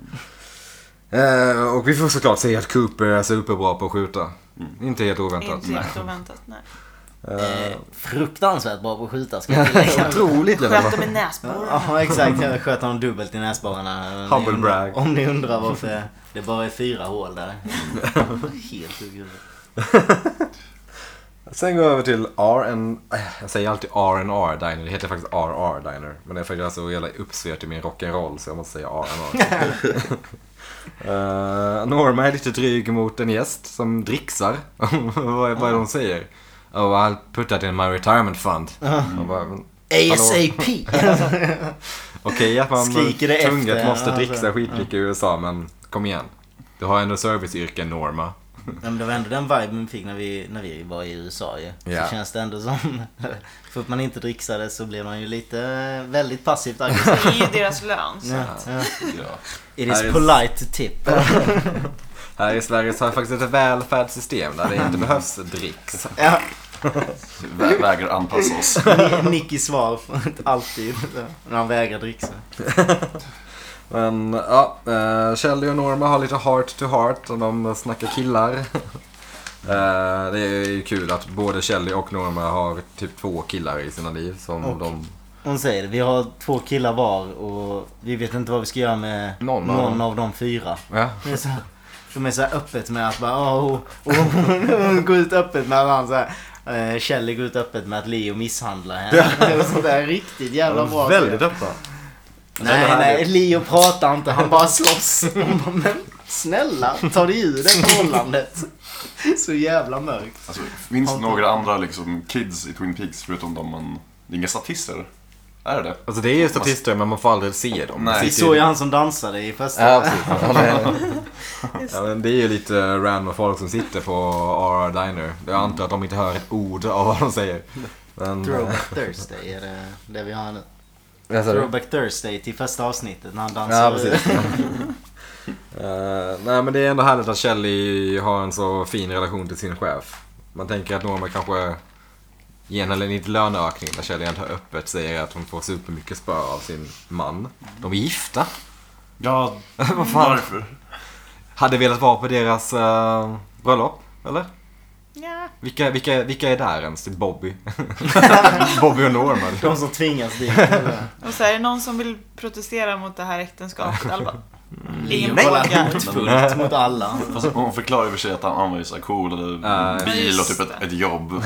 Speaker 1: Eh, och vi får såklart se att Cooper är superbra på att skjuta.
Speaker 3: Mm.
Speaker 1: Inte helt oväntat.
Speaker 4: Inte helt oväntat, nej.
Speaker 1: Eh,
Speaker 3: Eh, Fruktansvärt bra på att skjuta ska jag tillägga.
Speaker 1: Otroligt
Speaker 4: Sköt
Speaker 1: level.
Speaker 4: dem i näsborrarna.
Speaker 3: Ja exakt, jag sköt honom dubbelt i näsborrarna.
Speaker 1: Humble
Speaker 3: Om ni-
Speaker 1: brag.
Speaker 3: Om ni undrar varför det bara är fyra hål där. Helt sjukt.
Speaker 1: Sen går jag över till R&R. eh, Jag säger alltid R&R Diner. Det heter faktiskt RR Diner. Men det är för att jag är så jävla uppsvept i min rock'n'roll så jag måste säga R&R. Eh, Norma är lite dryg mot en gäst som dricksar. vad är vad är det hon säger? Oh, I'll put that in my retirement fund. Man bara, men
Speaker 3: ASAP!
Speaker 1: Okej att man
Speaker 3: Skriker det
Speaker 1: tunget
Speaker 3: efter,
Speaker 1: måste
Speaker 3: ja,
Speaker 1: dricksa
Speaker 3: alltså.
Speaker 1: skitmycket i USA men kom igen. Du har ändå serviceyrken Norma.
Speaker 3: Nej, men det var ändå den viben vi fick när vi, när vi var i USA ju.
Speaker 1: Ja.
Speaker 3: Så känns det ändå som... För att man inte dricksade så blev man ju lite eh, väldigt passivt aggressiv.
Speaker 4: Det är ju deras lön. Så.
Speaker 3: Ja. Ja.
Speaker 2: Ja.
Speaker 3: It is
Speaker 1: Här är-
Speaker 3: polite to tip.
Speaker 1: Här i Sverige så har vi faktiskt ett välfärdssystem där det inte behövs dricks.
Speaker 3: Ja,
Speaker 2: Vä- Vägrar anpassa oss.
Speaker 3: Ni- Nicky svar alltid när han vägrar dricksa.
Speaker 1: Men ja, eh, Kjell och Norma har lite heart to heart och de snackar killar. Eh, Det är ju kul att både Kjell och Norma har typ två killar i sina liv som
Speaker 3: Och-
Speaker 1: de...
Speaker 3: Hon säger det, vi har två killar var och vi vet inte vad vi ska göra med
Speaker 1: Någon av
Speaker 3: någon
Speaker 1: dem.
Speaker 3: av de fyra.
Speaker 1: Ja.
Speaker 3: Det är så, de är så här öppet med att bara, åh, och, och, hon- hon går ut öppet med att han så här, eh, Kjell går ut öppet med att Leo misshandlar henne. Och sånt där riktigt jävla bra.
Speaker 1: Väldigt öppna.
Speaker 3: nej, nej, Leo pratar inte, han bara slåss. Hon bara, men snälla, ta dig ur det förhållandet. Så jävla mörkt.
Speaker 2: Alltså, finns det några andra liksom, kids i Twin Peaks förutom de man Det är inga statister. Är det det?
Speaker 1: Alltså det är ju statister men man får aldrig se dem.
Speaker 2: Nej.
Speaker 1: De
Speaker 3: Vi
Speaker 1: sitter ju-
Speaker 3: såg ju han som dansade i första.
Speaker 1: Ja, precis. Ja, det- ja, men det är ju lite random folk som sitter på RR Diner. Jag antar att de inte hör ett ord av vad de säger. Men,
Speaker 3: Throwback Thursday är det, det vi har nu.
Speaker 1: Vad sa du?
Speaker 3: Throwback Thursday till första avsnittet när han dansar.
Speaker 1: Ja, precis. Eh, nej, men det är ändå härligt att Kelly har en så fin relation till sin chef. Man tänker att Norma kanske ger henne en liten löneökning där Kelly ändå öppet säger att hon får supermycket spö av sin man. De är gifta.
Speaker 2: Ja, varför?
Speaker 1: Hade velat vara på deras eh, bröllop, eller?
Speaker 4: Ja.
Speaker 1: Vilka, vilka, vilka är där ens? Det är Bobby. Bobby och Norma.
Speaker 3: De som tvingas dit.
Speaker 1: Mm.
Speaker 4: Och så är det någon som vill protestera mot det här äktenskapet. Alla bara,
Speaker 3: Leo
Speaker 4: Nej.
Speaker 3: kollar hotfullt mot alla.
Speaker 2: Fast hon förklarar i och för sig att han, han var ju såhär cool, hade
Speaker 1: Ja,
Speaker 2: bil och
Speaker 4: just
Speaker 2: typ ett,
Speaker 4: det.
Speaker 2: ett jobb.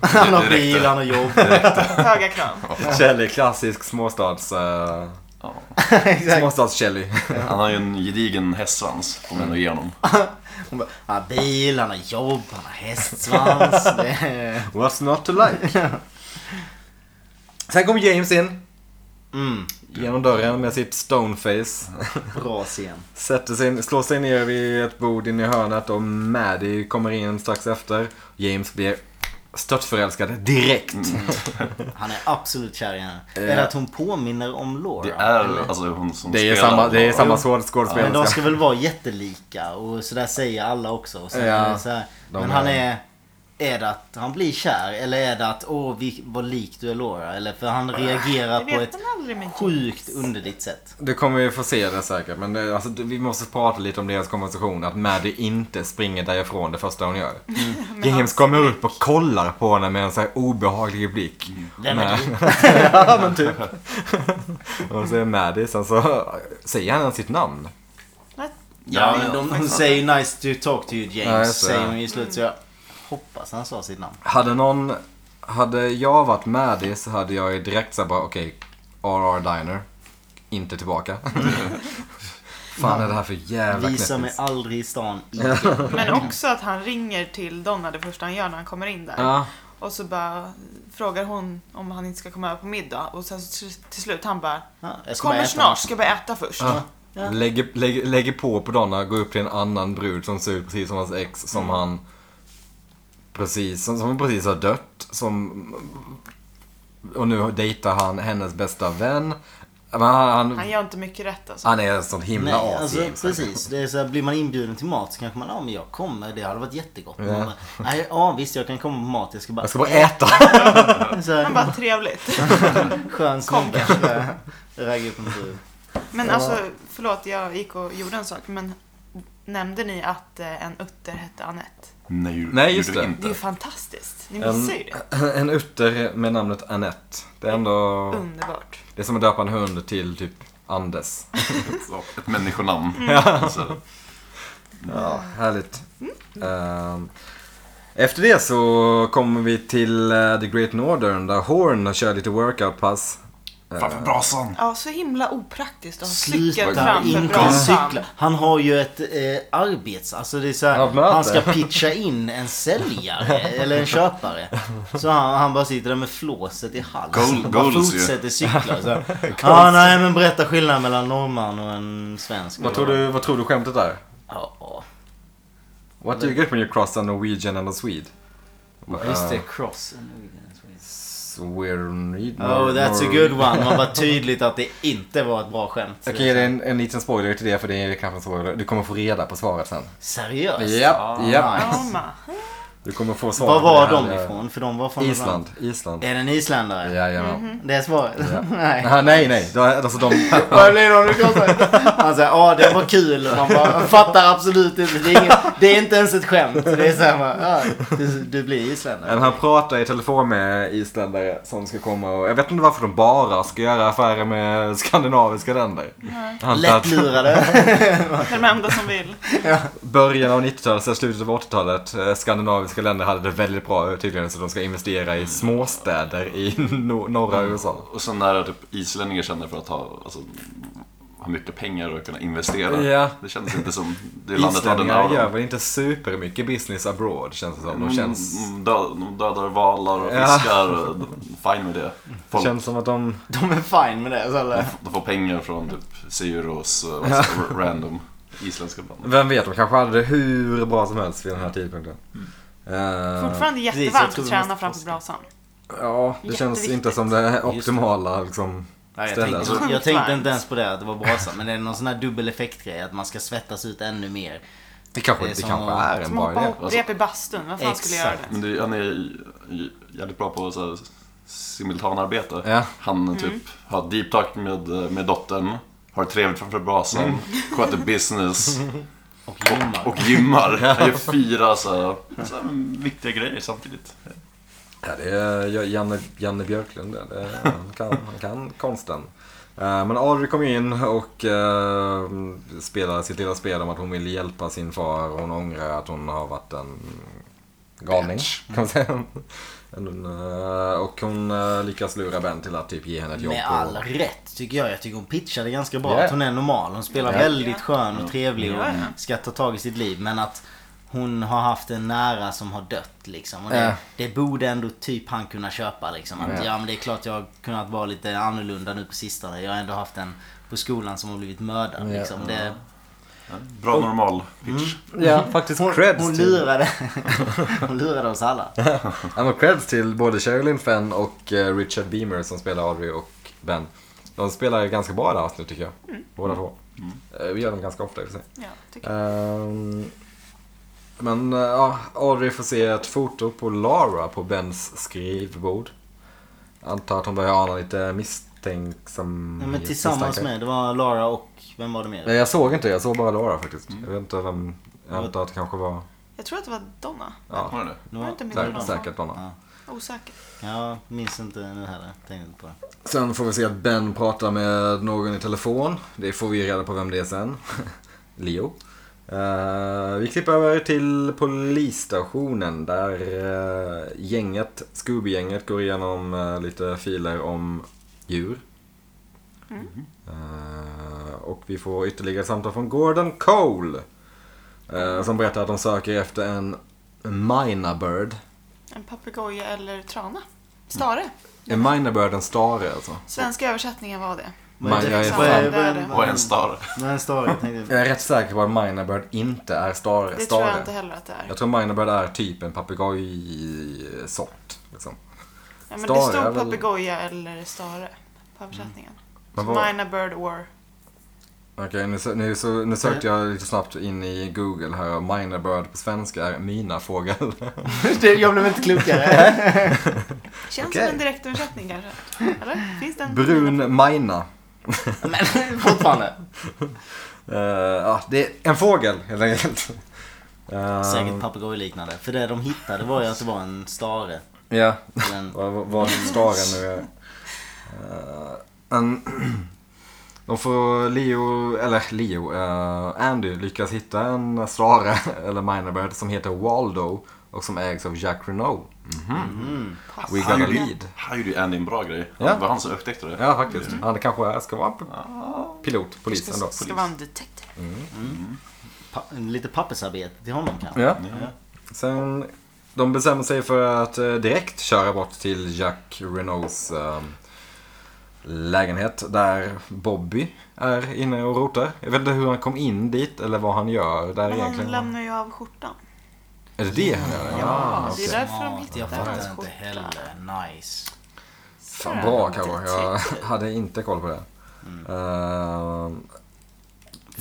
Speaker 3: Han har
Speaker 2: Det räckte.
Speaker 3: bil, han har jobb.
Speaker 4: höga krav.
Speaker 1: Kelly, klassisk småstads... Uh,
Speaker 2: Ja.
Speaker 3: Exakt.
Speaker 1: Småstads-Kelly.
Speaker 2: Han har ju en gedigen hästsvans, får man ändå ge honom.
Speaker 3: Hon bara, han har bil, han har jobb, han har hästsvans. Det är...
Speaker 1: What's not to like? Sen kom James in
Speaker 3: Mm,
Speaker 1: genom dörren med sitt stoneface.
Speaker 3: bra scen.
Speaker 1: Sätter sig, in- slår sig ner vid ett bord inne i hörnet och Maddie kommer in strax efter. James blir störtförälskad direkt.
Speaker 3: Han är absolut kär i henne.
Speaker 1: Eh.
Speaker 3: Är det att hon påminner om Laura?
Speaker 2: Det är
Speaker 3: eller?
Speaker 2: alltså hon som
Speaker 1: Det är
Speaker 2: spelar
Speaker 1: samma, det är
Speaker 2: honom.
Speaker 1: samma skåd-
Speaker 3: Men de ska
Speaker 1: skådespelerska.
Speaker 3: väl vara jättelika och sådär säger alla också. Och sen
Speaker 1: Ja,
Speaker 3: är det så här,
Speaker 1: de
Speaker 3: men
Speaker 1: är-
Speaker 3: han är... Är det att han blir kär eller är det att åh vi, vad lik du är Laura? Eller för han reagerar
Speaker 4: Det
Speaker 3: på
Speaker 4: vet
Speaker 3: ett
Speaker 4: man aldrig med
Speaker 3: sjukt underligt sätt.
Speaker 1: Du kommer ju få se det säkert men det, alltså, vi måste prata lite om deras konversation att Maddie inte springer därifrån det första hon gör.
Speaker 3: Mm. alltså-
Speaker 1: James kommer upp och kollar på henne med en så här obehaglig blick.
Speaker 3: Vem är
Speaker 1: Nej.
Speaker 3: du?
Speaker 1: ja men typ. och så är Maddie, sen så säger han sitt namn.
Speaker 4: Nej.
Speaker 3: Ja,
Speaker 2: Ja,
Speaker 3: men de, hon säger nice to talk to you
Speaker 1: Ja, jag
Speaker 3: James.
Speaker 1: ser
Speaker 3: säger
Speaker 1: det.
Speaker 3: hon i slut. Så jag hoppas han sa sitt namn.
Speaker 1: Hade någon, hade jag varit Maddie så hade jag ju direkt såhär bara okej, RR Diner, inte tillbaka. Fan är det här för jävla
Speaker 3: Visa mig
Speaker 1: knäppis?
Speaker 3: aldrig i stan igen.
Speaker 4: Men också att han ringer till Donna det första han gör när han kommer in där.
Speaker 1: Ja,
Speaker 4: Och så bara frågar hon om han inte ska komma över på middag. Och sen så till- till slut han bara
Speaker 3: Ja, jag ska bara
Speaker 4: Kommer
Speaker 3: äta
Speaker 4: snart, ska bara äta först.
Speaker 1: Ja. lägger, lägger, lägger på på Donna, går upp till en annan brud som ser ut precis som hans ex som
Speaker 3: Mm.
Speaker 1: han precis, som, som precis har dött. Som, och nu dejtar han hennes bästa vän. Men han,
Speaker 4: Han gör inte mycket rätt alltså.
Speaker 1: Han är en sån himla
Speaker 3: Nej,
Speaker 1: as
Speaker 3: alltså
Speaker 1: James.
Speaker 3: precis. Det är så här, blir man inbjuden till mat så kanske man, ja men jag kommer, det hade varit jättegott. Man bara, Nej, ja visst jag kan komma på mat, jag ska bara...
Speaker 1: Jag ska bara äta.
Speaker 3: Så här,
Speaker 4: Han bara trevligt.
Speaker 3: skön snubbe. Så här, Raggar upp en fru.
Speaker 4: Men alltså förlåt jag gick och gjorde en sak. Men nämnde ni att eh, en utter hette Annette?
Speaker 2: Nej,
Speaker 1: Nej, just
Speaker 2: gjorde
Speaker 1: det.
Speaker 4: Det är ju
Speaker 2: Inte.
Speaker 4: fantastiskt. Ni
Speaker 1: En,
Speaker 4: missar ju det.
Speaker 1: en utter med namnet Annette. Det är ändå...
Speaker 4: Mm. Underbart.
Speaker 1: Det är som att döpa en hund till typ Andes.
Speaker 2: Så, Ett människonamn.
Speaker 4: Mm.
Speaker 2: Så,
Speaker 1: Ja, härligt. Ehm, efter det så kommer vi till eh, The Great Northern där Horn kör lite workoutpass.
Speaker 2: fan för brasan!
Speaker 4: Ja, så himla opraktiskt att ha cykeln
Speaker 3: Sluta
Speaker 4: framför
Speaker 3: inte
Speaker 4: brasan.
Speaker 3: cykla. Han har ju ett eh, arbets... Alltså det är så
Speaker 1: Ja, ett
Speaker 3: här,
Speaker 1: möte.
Speaker 3: han ska pitcha in en säljare eller en köpare. Så han, han bara sitter där med flåset i halsen.
Speaker 2: Goal-
Speaker 3: och bara
Speaker 2: goals ju.
Speaker 3: fortsätter cykla. Så här, ah, nej men berätta skillnaden mellan norrman och en svensk.
Speaker 1: Vad tror du, vad tror du skämtet är?
Speaker 3: Ja,
Speaker 1: What do you get when you cross a Norwegian and a Swede? Ehm,
Speaker 3: just det. Cross.
Speaker 1: Sweden.
Speaker 3: Oh, that's a good one. Man var tydligt att det inte var ett bra skämt.
Speaker 1: Jag kan ge dig en, en liten spoiler till det för det är kanske en spoiler. Du kommer få reda på svaret sen.
Speaker 3: Seriöst?
Speaker 1: Japp, japp.
Speaker 3: Nice.
Speaker 4: Alma.
Speaker 1: Du kommer få svar.
Speaker 3: Var
Speaker 1: på
Speaker 3: var
Speaker 1: det här. eh,
Speaker 3: de ifrån? För de var från
Speaker 1: Island. Island.
Speaker 3: Är det en isländare?
Speaker 1: Jajamän.
Speaker 3: Det är svaret? Nej.
Speaker 1: Ah, nej, nej. De- Alltså de...
Speaker 3: Vad blir det om du krossar? Han säger Alltså, ja det var kul och man bara fattar absolut inte. Det är, inget, det är inte ens ett skämt. Det är så här, bara, ja, du, du blir
Speaker 1: Men
Speaker 3: isländare.
Speaker 1: han pratar i telefon med isländare som ska komma och jag vet inte varför de bara ska göra affärer med skandinaviska länder. Han tar
Speaker 3: Lättlurade.
Speaker 4: Den enda som vill.
Speaker 1: början av 90-talet, sen slutet av 80-talet, eh, skandinaviska länder hade det väldigt bra eh, tydligen så de ska investera i småstäder i no- norra USA.
Speaker 2: Och sen är det typ islänningar känner för att ha alltså, ha mycket pengar och kunna investera.
Speaker 1: Ja.
Speaker 2: Det kändes inte som det landet hade en
Speaker 1: Islänningar
Speaker 2: aura.
Speaker 1: gör väl inte supermycket business abroad känns det som. De känns,
Speaker 2: Mm, dö- De dödar valar och
Speaker 1: Ja.
Speaker 2: fiskar. och d- Fine med det. Folk,
Speaker 1: känns som att de...
Speaker 3: De är fine med det. Så eller?
Speaker 2: De får pengar från typ Seuros och så här random isländska band.
Speaker 1: Vem vet, de kanske hade det hur bra som helst vid den här tidpunkten. Eh,
Speaker 4: Mm. Fortfarande
Speaker 3: precis, jag
Speaker 4: jättevarmt
Speaker 3: tror
Speaker 4: att
Speaker 3: vi
Speaker 4: träna
Speaker 3: måste
Speaker 4: framför
Speaker 3: posta.
Speaker 4: brasan.
Speaker 1: ja, det känns
Speaker 4: Jätteviktigt.
Speaker 1: inte som det optimala liksom.
Speaker 3: Nej, jag,
Speaker 1: Ställe.
Speaker 3: tänkte,
Speaker 4: Sjukt
Speaker 3: jag tänkte
Speaker 4: varmt.
Speaker 3: inte ens på det, att det var brasa. Men det är någon sån här dubbel effektgrej, att man ska svettas ut ännu mer.
Speaker 1: Det kanske,
Speaker 3: Det är
Speaker 1: det
Speaker 3: som-
Speaker 1: kanske är en
Speaker 4: Som
Speaker 1: bra
Speaker 4: hoppa
Speaker 1: idé.
Speaker 4: hopprep i bastun. Vad fan skulle jag göra
Speaker 3: Exakt.
Speaker 4: det?
Speaker 2: Men det, han är j- j- jävligt bra på så här, simultanarbete.
Speaker 1: Ja.
Speaker 2: Han typ har deep talk med, med dottern, har trevligt framför brasan, sköter business
Speaker 3: Och gymmar.
Speaker 2: och gymmar. Han gör fyra så här, så här, viktiga grejer samtidigt.
Speaker 1: Ja, det är ja, Janne, Janne Björklund. ja, Det är, han, kan, han kan konsten. Eh, Men Audrey kom in och eh, spelade sitt lilla spel om att hon vill hjälpa sin far. Hon ångrar att hon har varit en galning. Kan man säga. En, eh, Och hon eh, lyckas lura Ben till att typ ge henne ett jobb
Speaker 3: Med
Speaker 1: på...
Speaker 3: all rätt tycker jag. Jag tycker hon pitchade ganska bra.
Speaker 1: Ja.
Speaker 3: Att hon är normal. Hon spelar
Speaker 1: Ja.
Speaker 3: väldigt skön och trevlig och
Speaker 4: Ja, ja.
Speaker 3: ska ta tag i sitt liv. Men att hon har haft en nära som har dött liksom. Och det,
Speaker 1: Ja.
Speaker 3: det borde ändå typ han kunna köpa liksom. Att,
Speaker 1: Ja.
Speaker 3: ja. men det är klart jag har kunnat vara lite annorlunda nu på sistone. Jag har ändå haft en på skolan som har blivit mördad
Speaker 1: Ja.
Speaker 3: liksom. Det,
Speaker 2: Bra normal pitch.
Speaker 1: Ja, faktiskt
Speaker 3: hon,
Speaker 1: creds
Speaker 3: hon
Speaker 1: till...
Speaker 3: lurade. hon lurade oss alla.
Speaker 1: Ja, men creds till både Sherilyn Fenn och eh, Richard Beamer som spelar Audrey och Ben. De spelar ganska bra det här avsnittet tycker jag. Båda två. Eh, Vi gör dem ganska ofta i och för sig.
Speaker 4: Ja, tycker jag.
Speaker 1: Ehm, men eh, ja, Audrey får se ett foto på Lara på Bens skrivbord. Antar att hon börjar ana lite misstänksam...
Speaker 3: Nej, Men tillsammans
Speaker 1: misstankar.
Speaker 3: med, det var Lara och, vem var det mer?
Speaker 1: Nej, jag såg inte, jag såg bara Lara faktiskt. Jag vet inte vem... Jag antar att det kanske var...
Speaker 4: jag tror att det var Donna.
Speaker 1: Ja,
Speaker 2: Kommer du det?
Speaker 3: Det
Speaker 4: Var det
Speaker 3: var,
Speaker 4: inte min
Speaker 1: säkert,
Speaker 4: Donna?
Speaker 1: säkert Donna.
Speaker 4: Osäker.
Speaker 3: jag minns inte nu heller. Tänkte inte på det.
Speaker 1: Sen får vi se att Ben pratar med någon i telefon. Det får vi reda på vem det är sen. Leo. Eh, vi klipper över till polisstationen där eh, gänget, Scooby-gänget går igenom eh, lite filer om djur. Eh, och vi får ytterligare ett samtal från Gordon Cole. eh, som berättar att de söker efter en minabird.
Speaker 4: En papegoja eller trana.
Speaker 1: Mm.
Speaker 4: Stare.
Speaker 1: En minabird, en stare alltså.
Speaker 4: Svenska översättningen var det.
Speaker 1: Man, jag är
Speaker 4: Vad är- vad är-
Speaker 2: Och en star.
Speaker 3: Vad är en stare? tänkte
Speaker 1: Jag är rätt säker på att Minerbird inte är stare.
Speaker 4: Det tror
Speaker 1: stare.
Speaker 4: jag inte heller att det är.
Speaker 1: Jag tror Minerbird är typ en papegojsort. Liksom.
Speaker 4: Ja, men
Speaker 1: Stare är
Speaker 4: det stod
Speaker 1: väl- Mm.
Speaker 4: papegoja eller stare på översättningen.
Speaker 1: Men
Speaker 4: Så
Speaker 1: vad-
Speaker 4: Mina bird or...
Speaker 1: Okej, nu, sö- nu, sö- nu sökte jag lite snabbt in i Google här. och Minerbird på svenska är mina fågel.
Speaker 3: jag. Det- jag blev inte klokare.
Speaker 4: Känns
Speaker 1: Okej.
Speaker 4: som en direktöversättning kanske. Eller? Finns det en...
Speaker 1: Brun mina.
Speaker 3: Men fortfarande.
Speaker 1: Eh, ja, det är en fågel helt enkelt. Eh,
Speaker 3: Säkert papegojliknande. För det de hittade var ju att det var en stare.
Speaker 1: Eh, Ja,
Speaker 3: Eller en-
Speaker 1: Vad- vad- vad staren nu är. Eh, en- de får Leo, eller Leo, eh, Andy lyckas hitta en stare, eller minerbird, som heter Waldo och som ägs av Jack Renault. Mhm.
Speaker 4: Pass.
Speaker 1: We got
Speaker 2: Han
Speaker 1: a
Speaker 2: gjorde,
Speaker 1: lead.
Speaker 2: han gjorde ju Andy en bra grej.
Speaker 1: Ja.
Speaker 2: Det var han som upptäckte det.
Speaker 1: Ja, faktiskt. Han kanske är, ska vara en pilot, polis ändå.
Speaker 4: Ska vara en detective.
Speaker 3: pa- lite pappersarbete till honom kanske.
Speaker 1: Ja. Sen, de bestämmer sig för att eh, direkt köra bort till Jack Renaults eh, lägenhet där Bobby är inne och rotar. Jag vet inte hur han kom in dit eller vad han gör där
Speaker 4: Men han
Speaker 1: egentligen.
Speaker 4: lämnar ju av skjortan.
Speaker 1: Är det det han gör?
Speaker 4: Ja,
Speaker 1: Ah,
Speaker 4: det är
Speaker 1: okej.
Speaker 4: därför de
Speaker 3: Smart,
Speaker 4: hittar
Speaker 3: jag fattar
Speaker 4: hans
Speaker 3: inte
Speaker 4: skjorta.
Speaker 3: heller. Nice.
Speaker 1: Fan, bra kanske. Jag hade inte koll på det. Eh,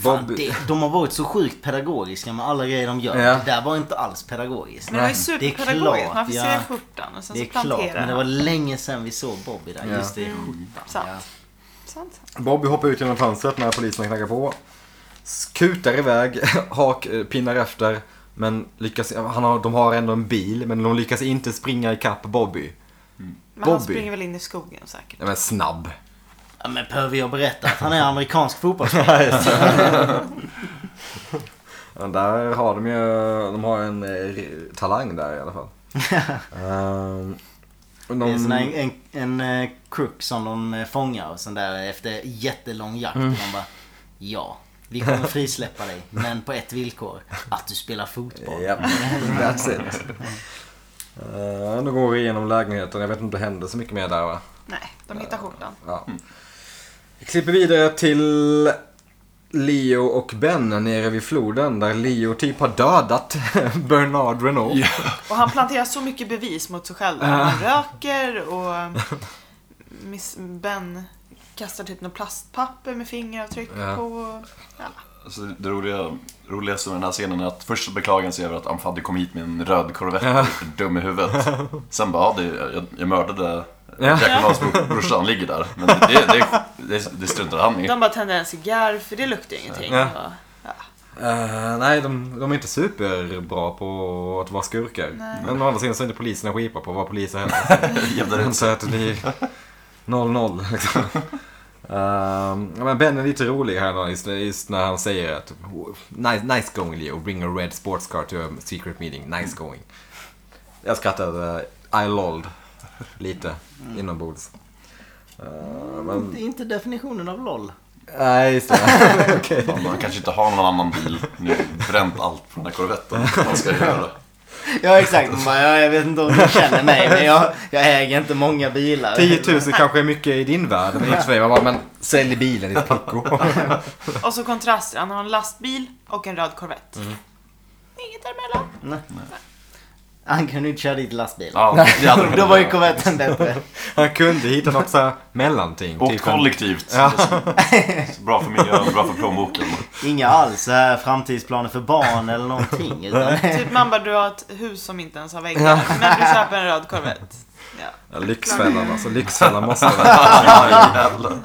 Speaker 3: Fan,
Speaker 1: Bobby-
Speaker 3: det, de har varit så sjukt pedagogiska med alla grejer de gör.
Speaker 1: Ja.
Speaker 3: Det där var inte alls pedagogiskt.
Speaker 4: Men det var ju
Speaker 3: Det är
Speaker 4: superpedagogiskt.
Speaker 3: klart,
Speaker 4: Man får
Speaker 3: ja.
Speaker 4: se skjortan och sen
Speaker 3: Det är
Speaker 4: så
Speaker 3: klart,
Speaker 4: planterar
Speaker 3: men det var
Speaker 4: han.
Speaker 3: länge sedan vi såg Bobby där.
Speaker 1: Ja.
Speaker 3: Just det, i skjortan.
Speaker 4: Sant.
Speaker 3: Ja.
Speaker 4: Sant.
Speaker 1: Bobby hoppar ut genom fönstret när poliserna knackar på. Skutar iväg, hak eh, pinnar efter. Men lyckas, han har, de har ändå en bil, men de lyckas inte springa ikapp Bobby.
Speaker 4: Men han
Speaker 1: Bobby.
Speaker 4: springer väl in i skogen säkert.
Speaker 1: Nej men snabb.
Speaker 3: Ja, men behöver jag berätta att han är amerikansk fotbollsspelare?
Speaker 1: Men där har de ju, de har en eh, talang där i alla fall. Ehm, och
Speaker 3: Det är en, sån här,
Speaker 1: de,
Speaker 3: en, en, eh, crook som de eh, fångar och sån där efter jättelång jakt. De bara, Ja, vi kommer frisläppa dig. Men på ett villkor. Att du spelar fotboll.
Speaker 1: Japp, that's it. Eh, nu går vi igenom lägenheten. Jag vet inte om det hände så mycket mer där va?
Speaker 4: Nej, de hittar skjortan.
Speaker 1: Ja. Vi klipper vidare till Leo och Ben nere vid floden där Leo typ har dödat Bernard Renault.
Speaker 4: Och han planterar så mycket bevis mot sig själv. Han röker och Miss Ben kastar typ något plastpapper med fingeravtryck
Speaker 1: Ja.
Speaker 4: på. Ja.
Speaker 2: Alltså, det roliga, roligaste med den här scenen är att först så beklagar han sig över att "Ah, fan, du kom hit med en röd Corvette, dum i huvudet. Sen bara, ja, det, jag, jag mördade
Speaker 1: Ja.
Speaker 2: Jack Lans bror, brorsa, han ligger där. Men det, det, det, det struntar han i.
Speaker 4: De bara tänder en cigarr för det luktar ju ingenting.
Speaker 1: Ja.
Speaker 4: Och, ja.
Speaker 1: Eh, nej, de, de är inte superbra på att vara skurkar.
Speaker 4: Nej.
Speaker 1: Men å andra sidan så är inte poliserna skitbra på att vara poliser heller.
Speaker 2: Jävlar,
Speaker 1: Så att det blir 0-0 liksom. Ehm, ja, men Ben är lite rolig här då, just, just när han säger att nice, nice going Leo, bring a red sports car to a secret meeting, nice going. Jag skrattade, I lolled lite inombords. Ehm, men,
Speaker 3: Det är inte definitionen av LOL.
Speaker 1: nej, just det.
Speaker 2: fan, han kanske inte har någon annan bil nu. Bränt allt på den här Corvetten. Vad ska jag göra?
Speaker 3: Ja exakt. Man bara, ja, jag vet inte om du känner mig men jag, jag äger inte många bilar.
Speaker 1: 10 000 kanske är mycket i din värld, men inte för mig. Man bara, Men sälj bilen ditt pucko.
Speaker 4: och så kontraster. Han har en lastbil och en röd korvett.
Speaker 1: Mm.
Speaker 4: Inget däremellan.
Speaker 3: Nej. Han kunde ju inte köra dit lastbil.
Speaker 2: Ja, det hade de
Speaker 3: Då var ju
Speaker 2: kunnat göra.
Speaker 3: korvetten bättre.
Speaker 1: Han kunde hitta något så här mellanting.
Speaker 2: Åk
Speaker 1: typ en-
Speaker 2: kollektivt. Bra för miljön, bra för plånboken.
Speaker 3: Inga alls så här framtidsplaner för barn eller någonting. Utan,
Speaker 4: Typ man bara, du har ett hus som inte ens har väggar. Men du köper en röd korvett. Ja.
Speaker 1: Ja, Lyxfällan alltså, Lyxfällan måste vara
Speaker 2: Jävlar.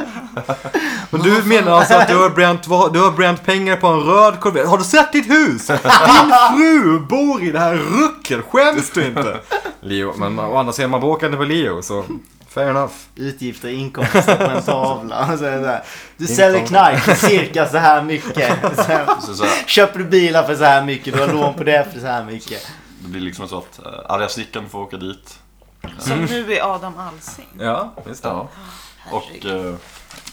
Speaker 1: Men du menar alltså att du har, bränt, va- du har bränt pengar på en röd Corvette? Har du sett ditt hus? Din fru bor i det här rucket, skäms du inte? Leo, men å andra sidan man bråkar inte med Leo så fair enough.
Speaker 3: utgifter och inkomster på en tavla. Och så är det så här. Du säljer knark för cirka så här mycket. Sen
Speaker 2: Så, så här,
Speaker 3: köper du bilar för så här mycket. Du har lån på det för så här mycket.
Speaker 2: det blir liksom så att uh, arga snickaren får åka dit.
Speaker 4: Som nu är Adam Alsing.
Speaker 1: Ja, visst det.
Speaker 2: Ja. Och eh,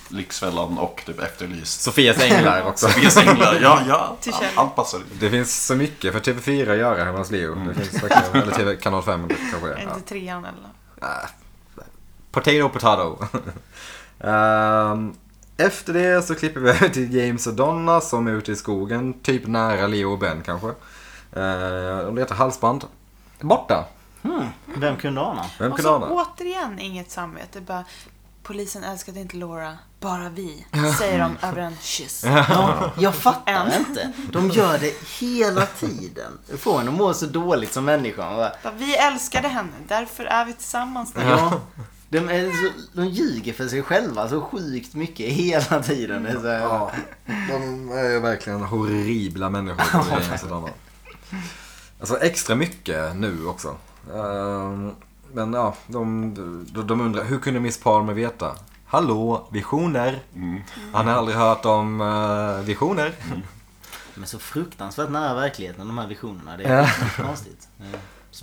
Speaker 2: Lyxfällan och typ Efterlyst.
Speaker 1: Sofias änglar också.
Speaker 2: Vi är singlar, ja, ja.
Speaker 4: Till
Speaker 2: Allt-
Speaker 4: Kjell.
Speaker 2: Allt passar in.
Speaker 1: Det finns så mycket för TV4 att göra hemma hos Leo. Det finns verkligen, eller TV, kanal 5 kanske det är. Ja.
Speaker 4: Inte trean eller?
Speaker 1: Potato, potato. Ehm, efter det så klipper vi över till James och Donna som är ute i skogen, typ nära Leo och Ben kanske. Uh, de letar halsband. Borta.
Speaker 3: Vem kunde ana?
Speaker 1: Vem
Speaker 4: Och
Speaker 1: kunde
Speaker 4: så
Speaker 1: ana?
Speaker 4: återigen inget samvete. Bara, polisen älskade inte Laura, bara vi. Säger de över en kyss.
Speaker 3: Ja, jag fattar
Speaker 4: En.
Speaker 3: inte. De gör det hela tiden. Det får en att må så dåligt som människa. Man bara,
Speaker 4: Bara, vi älskade henne, därför är vi tillsammans nu.
Speaker 3: Ja. De, är så, de ljuger för sig själva så sjukt mycket hela tiden. Det är så här,
Speaker 1: Ja, de är verkligen horribla människor. det är James och Donna. Alltså extra mycket nu också. Ehm, men ja, de, de, de undrar hur kunde Miss Palmer veta? Hallå, visioner. Han har aldrig hört om eh, visioner.
Speaker 3: De är så fruktansvärt nära verkligheten de här visionerna. Det
Speaker 1: Ja.
Speaker 3: är konstigt.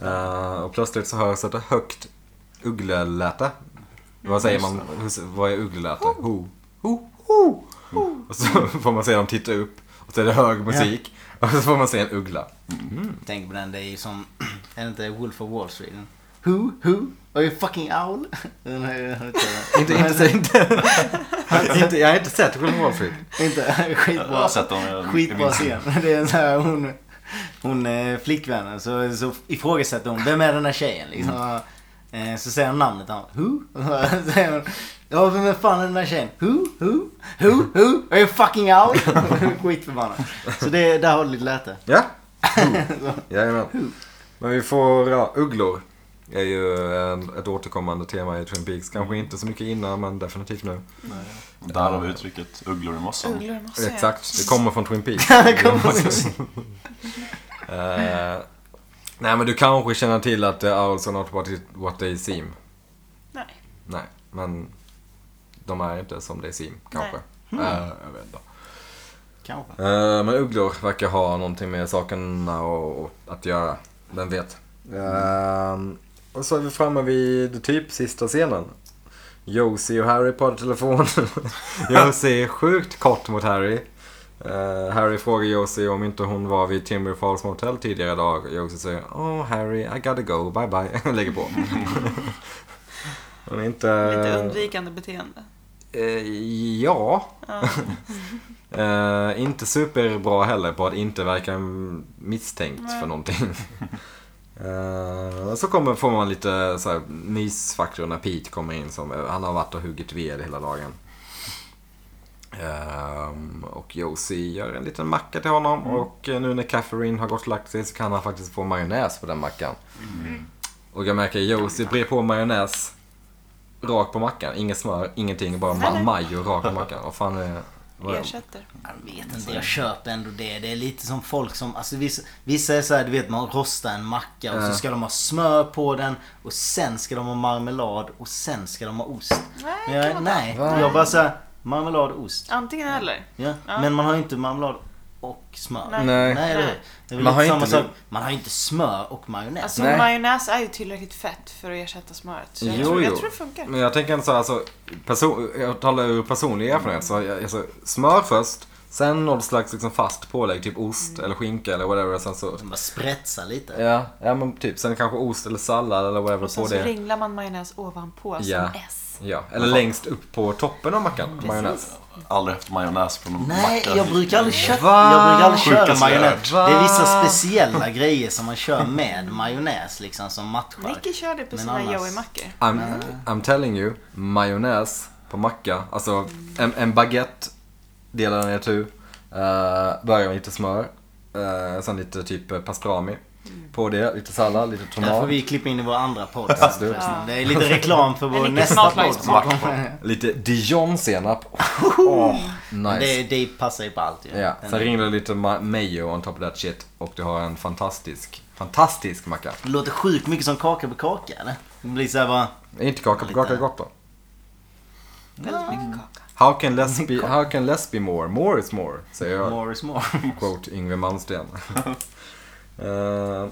Speaker 3: Ja.
Speaker 1: Eh, och plötsligt så hörs ett högt uggleläte. Vad säger man? Hur- Vad är uggleläte? Ho. Ho. Ho. Mm. Och så får man se dem titta upp. Och så är det hög musik. Och så får man se en uggla.
Speaker 3: Tänk på den, det är ju som, är det inte Wolf of Wall Street? Who, who, are you fucking owl? Den har jag hört talas om.
Speaker 1: Inte, inte, inte, inte, jag har inte sett Wolf of Wall Street.
Speaker 3: Inte,
Speaker 2: Jag har
Speaker 3: skitbra.
Speaker 2: sett dem. jag- i
Speaker 3: Skitbra
Speaker 2: min-
Speaker 3: scen. Det är så här, hon, hon eh, flickvännen så, så ifrågasätter hon, vem är den här tjejen liksom?
Speaker 1: Mm.
Speaker 3: Eh, Så säger hon namnet, han, who? Och så säger hon, ja vem är fan är den här tjejen? Who? Who? Who? Who? Are you fucking out? Skitförbannad. Så det, där har du lite läte.
Speaker 1: Ja. Jajamän. Men vi får, ja, ugglor. är ju en, ett återkommande tema i Twin Peaks. Kanske inte så mycket innan men definitivt nu.
Speaker 2: Där har vi uttrycket ugglor i mossan.
Speaker 4: Ugglor måste jag-
Speaker 1: Exakt, det kommer från Twin Peaks.
Speaker 3: Det kommer-
Speaker 1: Eh, nej men du kanske känner till att eh, the owls are not what, it, what they seem.
Speaker 4: Nej.
Speaker 1: Nej, men de är inte som they seem kanske. Eh, jag vet inte.
Speaker 3: Kanske.
Speaker 1: Eh, men ugglor verkar ha någonting med sakerna och, och att göra. Vem Ehm, vet. Eh, och så är vi framme vid typ sista scenen. Josie och Harry på telefon. Josie är sjukt kort mot Harry. Eh, Harry frågar Josie om inte hon var vid Timber Falls Motel tidigare idag. Josie säger Oh Harry, I gotta go, bye bye. Och lägger på. hon är inte...
Speaker 4: Lite undvikande beteende.
Speaker 1: Eh, ja.
Speaker 4: Ja.
Speaker 1: Eh, inte superbra heller på att inte verka misstänkt
Speaker 4: Nej.
Speaker 1: för någonting. Eh, så kommer, får man lite så här, mysfaktor när Pete kommer in. Som, eh, han har varit och huggit ved hela dagen. Ehm, och Josie gör en liten macka till honom.
Speaker 4: Mm.
Speaker 1: Och eh, nu när Catherine har gått och lagt sig så kan han faktiskt få majonnäs på den mackan.
Speaker 4: Mm.
Speaker 1: Och jag märker Josie brer på majonnäs rakt på mackan. Inget smör, ingenting. Bara ma-
Speaker 4: Nej, nej.
Speaker 1: majo rakt på mackan. Vad fan är vad är-
Speaker 4: Ersätter.
Speaker 3: Jag vet inte, Alltså, jag köper ändå det. Det är lite som folk som, alltså vissa, vissa är så här, du vet man rostar en macka och
Speaker 1: Ja.
Speaker 3: så ska de ha smör på den och sen ska de ha marmelad och sen ska de ha ost.
Speaker 4: Nej,
Speaker 3: Men
Speaker 4: kan
Speaker 3: jag,
Speaker 4: man
Speaker 3: nej,
Speaker 1: Va?
Speaker 3: jag bara såhär, marmelad och ost.
Speaker 4: ta. Antingen eller.
Speaker 3: Ja.
Speaker 4: Ja.
Speaker 3: Men man har ju inte marmelad och smör.
Speaker 4: Nej.
Speaker 1: Nej.
Speaker 3: Nej, det är-
Speaker 4: Nej.
Speaker 3: det är väl
Speaker 1: Man har
Speaker 3: lite samma
Speaker 1: inte-
Speaker 3: sak. Man har ju inte smör och majonnäs.
Speaker 4: Alltså
Speaker 1: Nej.
Speaker 4: majonnäs är ju tillräckligt fett för att ersätta smöret. Så jag,
Speaker 1: Jo,
Speaker 4: tror,
Speaker 1: jo.
Speaker 4: jag tror det funkar.
Speaker 1: Men jag tänker så här, alltså, person, jag talar ur personlig erfarenhet. Så jag, alltså, smör först, sen något slags liksom fast pålägg, typ ost
Speaker 4: Mm.
Speaker 1: eller skinka eller whatever. och Sen så,
Speaker 3: Som bara sprätsa lite.
Speaker 1: ja, ja, men typ, sen kanske ost eller sallad eller whatever
Speaker 4: Och sen
Speaker 1: på
Speaker 4: så
Speaker 1: det.
Speaker 4: ringlar man majonnäs ovanpå
Speaker 1: Ja.
Speaker 4: som S.
Speaker 1: Ja, eller längst upp på toppen av mackan, majonnäs.
Speaker 2: Aldrig haft majonnäs på någon
Speaker 3: Nej,
Speaker 2: macka.
Speaker 3: jag brukar aldrig köra,
Speaker 1: Va?
Speaker 3: jag brukar aldrig köra
Speaker 2: Sjukaste jag
Speaker 3: majonnäs. Det
Speaker 1: hört.
Speaker 3: är vissa
Speaker 1: Va?
Speaker 3: speciella grejer som man kör med majonnäs liksom som matchar.
Speaker 4: Nicky kör det på
Speaker 3: Men
Speaker 4: sina
Speaker 3: annars-
Speaker 4: Joey-mackor.
Speaker 1: I'm, I'm telling you, majonnäs på macka, alltså en, en baguette delar den i tu, eh, börjar med lite smör, eh, sen lite typ pastrami
Speaker 4: Mm.
Speaker 1: på det, lite sallad, lite
Speaker 3: Det här får
Speaker 1: tomat.
Speaker 3: vi klippa in i vår andra podd.
Speaker 1: Ja, det-
Speaker 3: förresten. Det är lite reklam för
Speaker 4: En
Speaker 3: vår
Speaker 4: liten
Speaker 3: nästa podd.
Speaker 4: smaklagspodd.
Speaker 3: som kommer.
Speaker 1: Lite Dijon-senap. Åh, nice.
Speaker 3: Oh, Det, det passar ju på allt ju.
Speaker 1: Ja, sen ringde det lite ma- mayo on top of that shit och du har en fantastisk, fantastisk macka.
Speaker 3: Det låter sjukt mycket som kaka på kaka eller? Det blir såhär bara...
Speaker 1: Är inte kaka på kaka
Speaker 3: Lite.
Speaker 1: gott då?
Speaker 4: Väldigt
Speaker 3: Mm.
Speaker 4: mycket kaka.
Speaker 1: How can less be, how can less be more? More is more, säger jag.
Speaker 3: More is more.
Speaker 1: Quote Yngwie Malmsteen. Eh,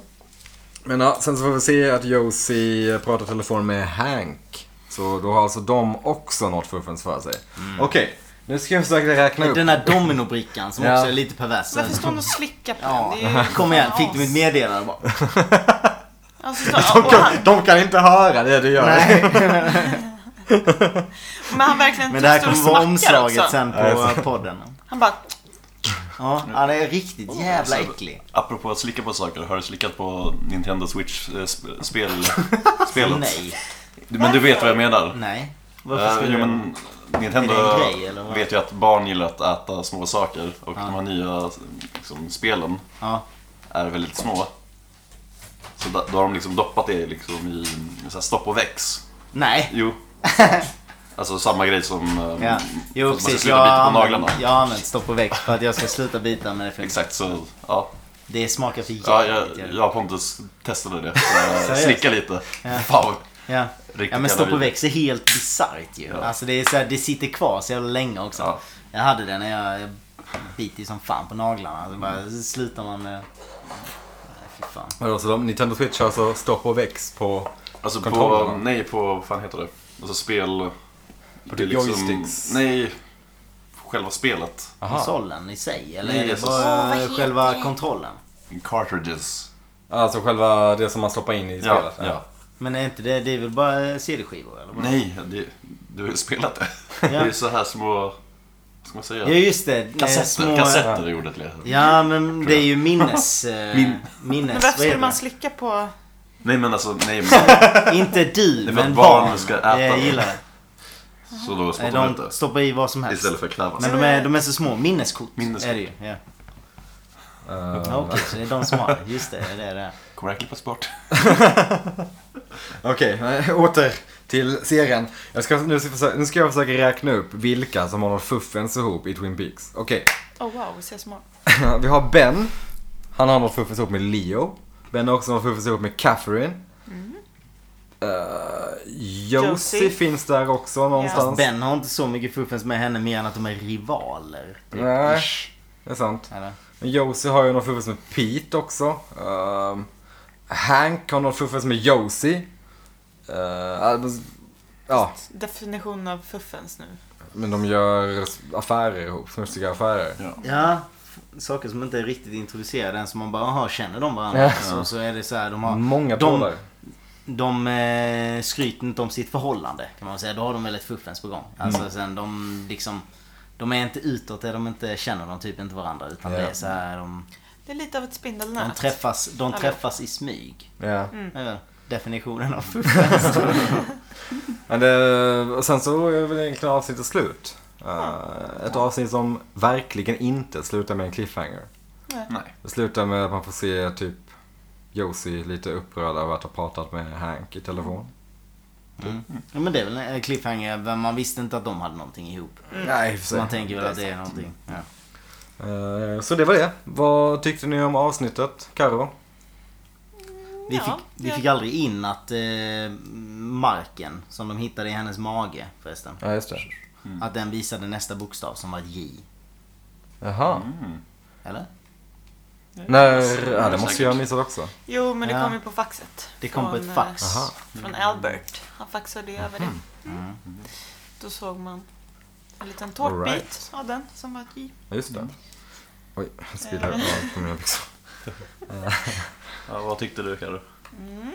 Speaker 1: men ja, sen så får vi se att Josie pratar i telefon med Hank. Så då har alltså de också något fuffens för sig. Okej, nu ska jag försöka räkna upp.
Speaker 3: Mm. Den här dominobrickan som
Speaker 1: Ja.
Speaker 3: också är lite pervers.
Speaker 4: Varför står hon och slickar på
Speaker 3: Ja,
Speaker 4: den? Det är ju
Speaker 3: kom igen.
Speaker 4: fan
Speaker 3: Fick du mitt
Speaker 4: as.
Speaker 3: meddelande bara?
Speaker 4: Alltså, så, och han,
Speaker 1: De kan inte höra det du gör.
Speaker 3: Nej.
Speaker 4: men han verkligen typ
Speaker 3: Men det här
Speaker 4: står och alltså?
Speaker 3: kommer vara
Speaker 4: smackar
Speaker 3: omslaget
Speaker 4: också.
Speaker 3: sen på podden.
Speaker 4: Han bara,
Speaker 3: Ja, han är riktigt jävla
Speaker 2: alltså.
Speaker 3: äcklig.
Speaker 2: Apropå att slicka på saker, har du slickat på Nintendo Switch-spel? spelet?
Speaker 3: Nej.
Speaker 2: Du- Men du vet vad jag menar?
Speaker 3: Nej.
Speaker 2: Eh,
Speaker 3: Varför
Speaker 2: jo,
Speaker 3: skulle du...
Speaker 2: men Nintendo
Speaker 3: Är det en grej, eller vad?
Speaker 2: vet ju att barn gillar att äta små saker och de här nya liksom, spelen
Speaker 3: Ja.
Speaker 2: är väldigt små. Så da- då har de liksom doppat det liksom i så här, stopp och väx.
Speaker 3: Nej.
Speaker 2: Jo. Alltså samma grej som eh,
Speaker 3: Ja. Jo,
Speaker 2: att man ska
Speaker 3: precis.
Speaker 2: sluta
Speaker 3: Jag
Speaker 2: bita på
Speaker 3: använder-
Speaker 2: naglarna.
Speaker 3: Jag har använt stopp och växt för att jag ska sluta bita med det för
Speaker 2: Exakt så, ja.
Speaker 3: Det smakar för jävligt.
Speaker 2: ja jag,
Speaker 3: gör det.
Speaker 2: jag och Pontus testade det. Så, eh,
Speaker 3: Seriöst?
Speaker 2: Slicka lite. Fan.
Speaker 3: Ja.
Speaker 2: Riktigt
Speaker 3: ja men
Speaker 2: jävla
Speaker 3: stopp och
Speaker 2: vidrigt.
Speaker 3: väx är helt bisarrt ju.
Speaker 2: Ja.
Speaker 3: Alltså det är så här, det sitter kvar så jävla länge också.
Speaker 2: Ja.
Speaker 3: Jag hade det när jag, jag biter ju som fan på naglarna. Alltså bara, så slutar man med... Nej, fy fan.
Speaker 1: Vadå, så de, Nintendo Switch har alltså stopp och väx på...
Speaker 2: Alltså på,
Speaker 1: Kontrollerna.
Speaker 2: nej på, vad fan heter det? Alltså spel...
Speaker 1: På
Speaker 2: det är liksom-
Speaker 1: typ joysticks?
Speaker 2: Nej, själva spelet.
Speaker 1: Aha.
Speaker 3: Konsolen i sig? Eller
Speaker 2: Nej,
Speaker 3: är det
Speaker 2: alltså-
Speaker 4: Åh, vad
Speaker 3: bara
Speaker 4: heter
Speaker 3: själva
Speaker 4: det?
Speaker 3: kontrollen?
Speaker 2: Cartridges.
Speaker 1: Alltså själva det som man stoppar in i
Speaker 2: Ja,
Speaker 1: spelet.
Speaker 2: ja.
Speaker 3: Men är inte det, det är väl bara CD-skivor eller? vad?
Speaker 2: Mm. Nej, det, du har ju spelat det. Det är ju så här små, vad ska man säga?
Speaker 3: Ja just det. eh,
Speaker 2: kassetter,
Speaker 3: små-
Speaker 2: kassetter är ordet leder.
Speaker 3: Ja men det är ju minnes... eh,
Speaker 2: Min-
Speaker 3: Minnes...
Speaker 4: men
Speaker 3: vad
Speaker 4: varför skulle
Speaker 3: heter
Speaker 4: man
Speaker 3: det?
Speaker 4: slicka på...
Speaker 2: Nej men alltså, nej men,
Speaker 3: Inte
Speaker 2: Det
Speaker 3: du,
Speaker 2: är för att
Speaker 3: men
Speaker 2: barn
Speaker 3: barn.
Speaker 2: ska
Speaker 3: Ska
Speaker 2: äta
Speaker 3: jag
Speaker 2: det.
Speaker 3: gillar det.
Speaker 2: så då
Speaker 3: Nej,
Speaker 2: spottar man
Speaker 3: De
Speaker 2: ut
Speaker 3: stoppar i vad som
Speaker 2: det.
Speaker 3: helst.
Speaker 2: Istället för kvävas.
Speaker 3: Men de är, de är så små. Minneskort,
Speaker 2: Minneskort.
Speaker 3: är det ju. Ja.
Speaker 1: Eh,
Speaker 3: Ja, Okej, så det är de som har det. Just det, det är det.
Speaker 2: Kommer det här klippas bort?
Speaker 1: Okej, eh, åter till serien. Jag ska, nu, ska jag försöka, nu ska jag försöka räkna upp vilka som har något fuffens ihop i Twin Peaks. Okej,
Speaker 4: Oh wow, vi ses imorgon.
Speaker 1: vi har Ben. Han har något fuffens ihop med Leo. Ben har också något fuffens ihop med Catherine. Eh, Josie
Speaker 4: Josie.
Speaker 1: finns där också någonstans.
Speaker 3: Ben har inte så mycket fuffens med henne mer än att de är rivaler. typ.
Speaker 1: Nej.
Speaker 3: Ish.
Speaker 1: Det är sant.
Speaker 3: Eller?
Speaker 1: Men Josie har ju något fuffens med Pete också. Ehm, Hank har något fuffens med Josie. Eh, Albus- Ehm, Ja,
Speaker 4: Definition av fuffens nu.
Speaker 1: men de gör affärer ihop. Snuskiga affärer.
Speaker 3: Ja, f- saker som inte är riktigt introducerade än. Som man bara, aha, känner de varandra? Så, så är det så här, de har...
Speaker 1: Många
Speaker 3: de-
Speaker 1: polare.
Speaker 3: De eh, skryter inte om sitt förhållande kan man säga. Då har de väl ett fuffens på gång. Alltså
Speaker 1: Mm.
Speaker 3: sen de liksom... De är inte utåt, där de inte känner de typ inte varandra. Utan
Speaker 1: Ja.
Speaker 3: det är så här, de,
Speaker 4: Det är lite av ett spindelnät.
Speaker 3: de träffas, de
Speaker 4: Alltså.
Speaker 3: träffas i smyg.
Speaker 1: Ja.
Speaker 4: Mm.
Speaker 3: Det är väl definitionen av fuffens.
Speaker 1: Men det, och sen så är väl egentligen avsnittet slut. Eh, ett avsnitt som verkligen inte slutar med en cliffhanger.
Speaker 4: Nej.
Speaker 2: Nej.
Speaker 1: Det slutar med att man får se typ Josie lite upprörd över att ha pratat med Hank i telefon.
Speaker 3: Mm. Ja, men det är väl en cliffhanger. men Man visste inte att de hade någonting ihop.
Speaker 1: Nej, i och för
Speaker 3: Så
Speaker 1: sig. Mm.
Speaker 3: Mm. man tänker väl att det är någonting. Ja.
Speaker 1: Eh, Så det var det. Vad tyckte ni om avsnittet, Karo?
Speaker 3: Vi,
Speaker 4: Ja,
Speaker 3: fick, vi
Speaker 4: ja.
Speaker 3: fick aldrig in att eh, marken som de hittade i hennes mage förresten.
Speaker 1: Ja, Mm. just det.
Speaker 3: Att den visade nästa bokstav som var J.
Speaker 1: Jaha.
Speaker 2: Mm.
Speaker 3: Eller?
Speaker 1: När, ja, det
Speaker 2: Säkert.
Speaker 1: måste jag ha missat också.
Speaker 4: Jo, men det
Speaker 3: Ja.
Speaker 4: kom ju på faxet.
Speaker 3: Det kom på
Speaker 4: Från,
Speaker 3: ett fax.
Speaker 4: eh,
Speaker 1: Aha.
Speaker 4: Från Albert. Han faxade ju över det.
Speaker 3: Mm.
Speaker 4: Då såg man en liten
Speaker 1: All
Speaker 4: tårtbit
Speaker 1: right.
Speaker 4: av den som var ett J.
Speaker 1: Ja, Just det. Oj, jag
Speaker 4: Eh.
Speaker 1: spillde över på mina byxor.
Speaker 2: Ja, vad tyckte du Karo?
Speaker 4: Mm.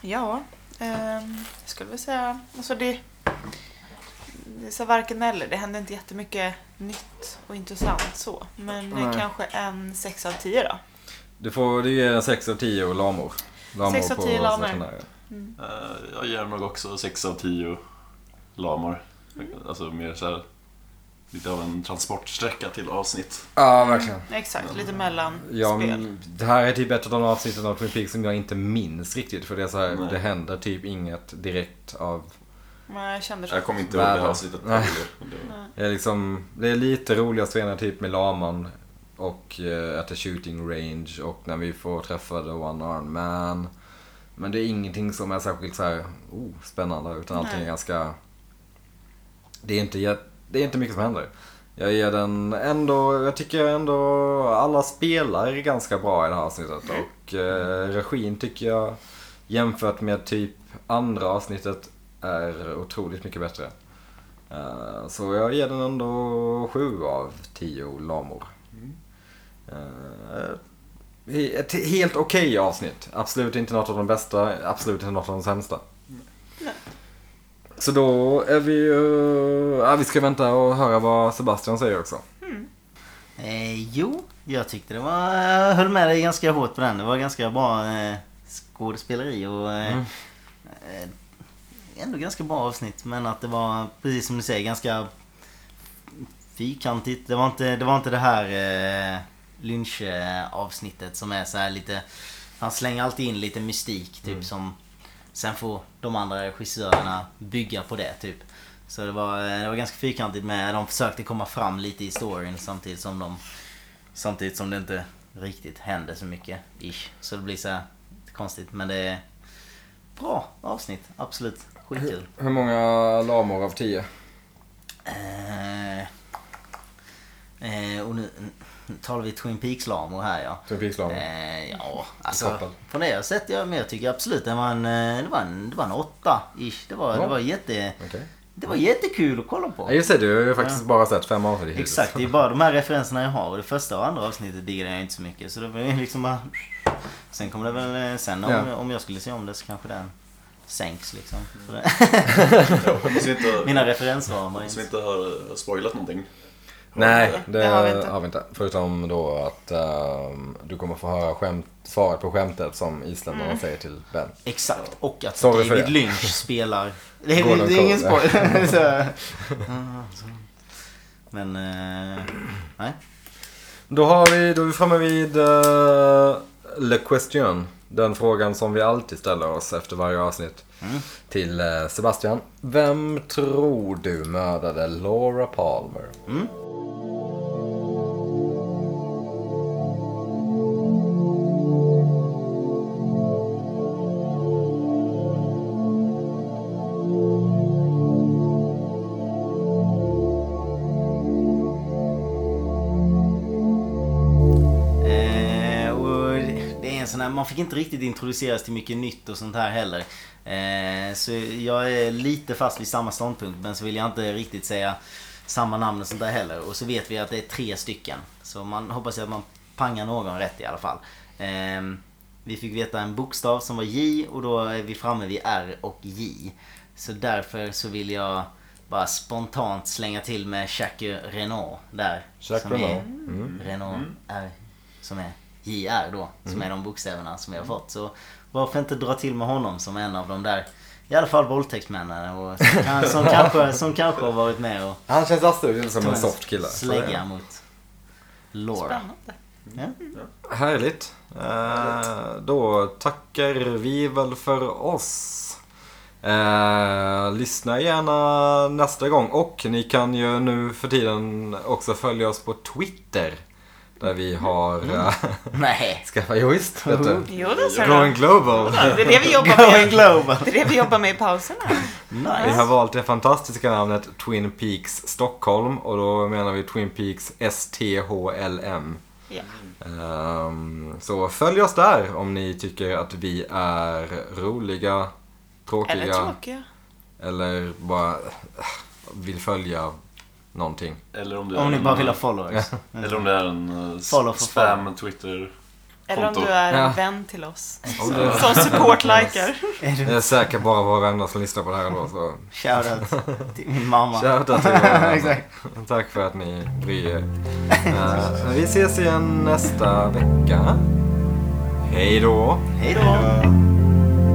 Speaker 4: Ja, ehm, jag skulle väl säga... Alltså det, det är så varken eller. Det hände inte jättemycket nytt och intressant så. Men eh,
Speaker 1: Nej.
Speaker 4: kanske en 6 av 10 då.
Speaker 1: Du får, du ger 6 av 10 och lamor. Lamor
Speaker 4: Sex av
Speaker 1: på
Speaker 4: tio lamor.
Speaker 1: stationären.
Speaker 2: Eh, jag ger nog också 6 av 10 lamor. Alltså mer så här, lite av en transportsträcka till avsnitt.
Speaker 1: Ja, verkligen.
Speaker 4: Exakt, lite mellan
Speaker 1: Ja,
Speaker 4: spel.
Speaker 1: men det här är typ ett av de avsnitten av Twin Peaks som jag inte minns riktigt. För det är så här,
Speaker 2: Nej.
Speaker 1: det händer typ inget direkt av...
Speaker 4: Men jag kände så.
Speaker 2: Jag kommer inte ihåg det
Speaker 1: Världen.
Speaker 2: avsnittet.
Speaker 1: Nej.
Speaker 2: Det-
Speaker 1: Det är, liksom, det är lite roliga scener typ med laman och eh, at the shooting range och när vi får träffa the one arm man. Men det är ingenting som är särskilt så här, oh, spännande utan allting
Speaker 4: Nej.
Speaker 1: är ganska... Det är, inte, jät- det är inte mycket som händer. Jag ger den ändå, jag tycker ändå alla spelar ganska bra i det här avsnittet och eh, regin tycker jag jämfört med typ andra avsnittet är otroligt mycket bättre. Eh, Så jag ger den ändå 7 av 10 lamor. Eh, he- Ett helt okej avsnitt. Absolut inte något av de bästa, absolut inte något av de sämsta.
Speaker 4: Nej.
Speaker 1: Så då är vi ju... Ja, vi ska vänta och höra vad Sebastian säger också.
Speaker 3: Eh, jo, jag tyckte det var... Jag höll med dig ganska hårt på den. Det var ganska bra eh, skådespeleri och... Eh, eh, ändå ganska bra avsnitt men att det var, precis som du säger, ganska fyrkantigt. Det var inte det, var inte det här eh, Lynch-avsnittet som är så här lite... Han slänger alltid in lite mystik typ som... Sen får de andra regissörerna bygga på det typ. Så det var, eh, det var ganska fyrkantigt med, de försökte komma fram lite i storyn samtidigt som de... Samtidigt som det inte riktigt hände så mycket, ish. Så det blir så här konstigt men det är bra avsnitt, absolut. Skitkul.
Speaker 1: Hur många lamor av 10?
Speaker 3: Eh, eh, och nu, nu talar vi Twin Peaks-lamor här ja.
Speaker 1: Twin Peaks-lamor.
Speaker 3: Eh, ja, alltså
Speaker 1: Toppen.
Speaker 3: på det jag sett jag, men jag tycker absolut det var en, eh, det var en, det var en åtta ish. Det var,
Speaker 1: Ja.
Speaker 3: det var jätte,
Speaker 1: Okej.
Speaker 3: det var jättekul att kolla
Speaker 1: Ja,
Speaker 3: på.
Speaker 1: just det, du har ju faktiskt bara sett fem avsnitt hittills.
Speaker 3: Exakt, det är bara de här referenserna jag har och det första och andra avsnittet diggade jag inte så mycket så det var ju liksom bara... Sen kommer det väl, eh, sen om,
Speaker 1: Ja. Mm.
Speaker 3: om jag skulle se om det så kanske den sänks liksom. För det,
Speaker 2: Jag hoppas vi inte,
Speaker 3: mina referensramar. är
Speaker 2: hoppas
Speaker 3: inte-
Speaker 2: vi inte har eh, spoilat någonting.
Speaker 1: Nej, det,
Speaker 4: Det har vi inte.
Speaker 1: har vi inte. Förutom då att ehm, du kommer få höra skämt, svaret på skämtet som isländarna
Speaker 4: Mm.
Speaker 1: säger till Ben.
Speaker 3: Exakt, och att
Speaker 1: Sorry för
Speaker 3: David
Speaker 1: det.
Speaker 3: Lynch spelar... Det är,
Speaker 1: Gordon
Speaker 3: det är ingen
Speaker 1: Cole.
Speaker 3: spoiler. Så- Ja, så. Men... eh, nej.
Speaker 1: Då, har vi, då är vi framme vid eh, Le Question. Den frågan som vi alltid ställer oss efter varje avsnitt. Till eh, Sebastian. Vem tror du mördade Laura Palmer?
Speaker 3: Eh, och det är en sån här eh, man fick inte riktigt introduceras till mycket nytt och sånt här heller. Eh, så jag är lite fast vid samma ståndpunkt men så vill jag inte riktigt säga samma namn och sånt där heller. Och så vet vi att det är tre stycken. Så man hoppas ju att man pangar någon rätt i alla fall. Ehm, vi fick veta en bokstav som var J och då är vi framme vid R och J. Så därför så vill jag bara spontant slänga till med Jacques Renault där.
Speaker 5: Jacques
Speaker 3: som är
Speaker 5: Renault.
Speaker 1: Mm.
Speaker 3: Renault R. Som är JR då. Som
Speaker 1: Mm.
Speaker 3: är de bokstäverna som jag har fått. Så varför inte dra till med honom som en av de där i alla fall våldtäktsmännen och som, kan, som, kanske, som kanske har varit med och
Speaker 1: Han känns absolut som en soft kille. så det-
Speaker 3: Slägga mot Laura.
Speaker 4: Spännande.
Speaker 1: Härligt. Eh, då tackar vi väl för oss. Eh, lyssna gärna nästa gång och ni kan ju nu för tiden också följa oss på Twitter. Där vi har... eh,
Speaker 3: Nej.
Speaker 1: Skaffa jo, visst, vet du.
Speaker 4: Jo då ser
Speaker 1: Going
Speaker 4: du.
Speaker 1: Global.
Speaker 4: Det är det vi jobbar
Speaker 3: Going
Speaker 4: med.
Speaker 3: global.
Speaker 4: Det är det vi jobbar med i pauserna.
Speaker 1: Vi
Speaker 3: Nice.
Speaker 1: har valt det fantastiska namnet Twin Peaks Stockholm och då menar vi Twin Peaks STHLM.
Speaker 4: Ja.
Speaker 1: Ehm, så följ oss där om ni tycker att vi är roliga, tråkiga
Speaker 4: Eller tråkiga.
Speaker 1: eller bara eh, vill följa någonting.
Speaker 2: Eller om, du är
Speaker 3: Om ni
Speaker 2: en-
Speaker 3: bara vill ha followers.
Speaker 2: Eller om det är en eh, s-
Speaker 3: Follow for
Speaker 2: spam Twitter.
Speaker 4: Eller om
Speaker 2: Konto.
Speaker 4: du är
Speaker 1: Ja.
Speaker 4: en vän till oss.
Speaker 1: Och det-
Speaker 4: Som support-likar.
Speaker 1: Det är säkert bara våra vänner som lyssnar på det här ändå. Så.
Speaker 3: Shoutout till min mamma.
Speaker 1: Shoutout till våra vänner.
Speaker 3: Exakt.
Speaker 1: Tack för att ni bryr er. Eh, vi ses igen nästa vecka. Hej då!
Speaker 3: Hej då.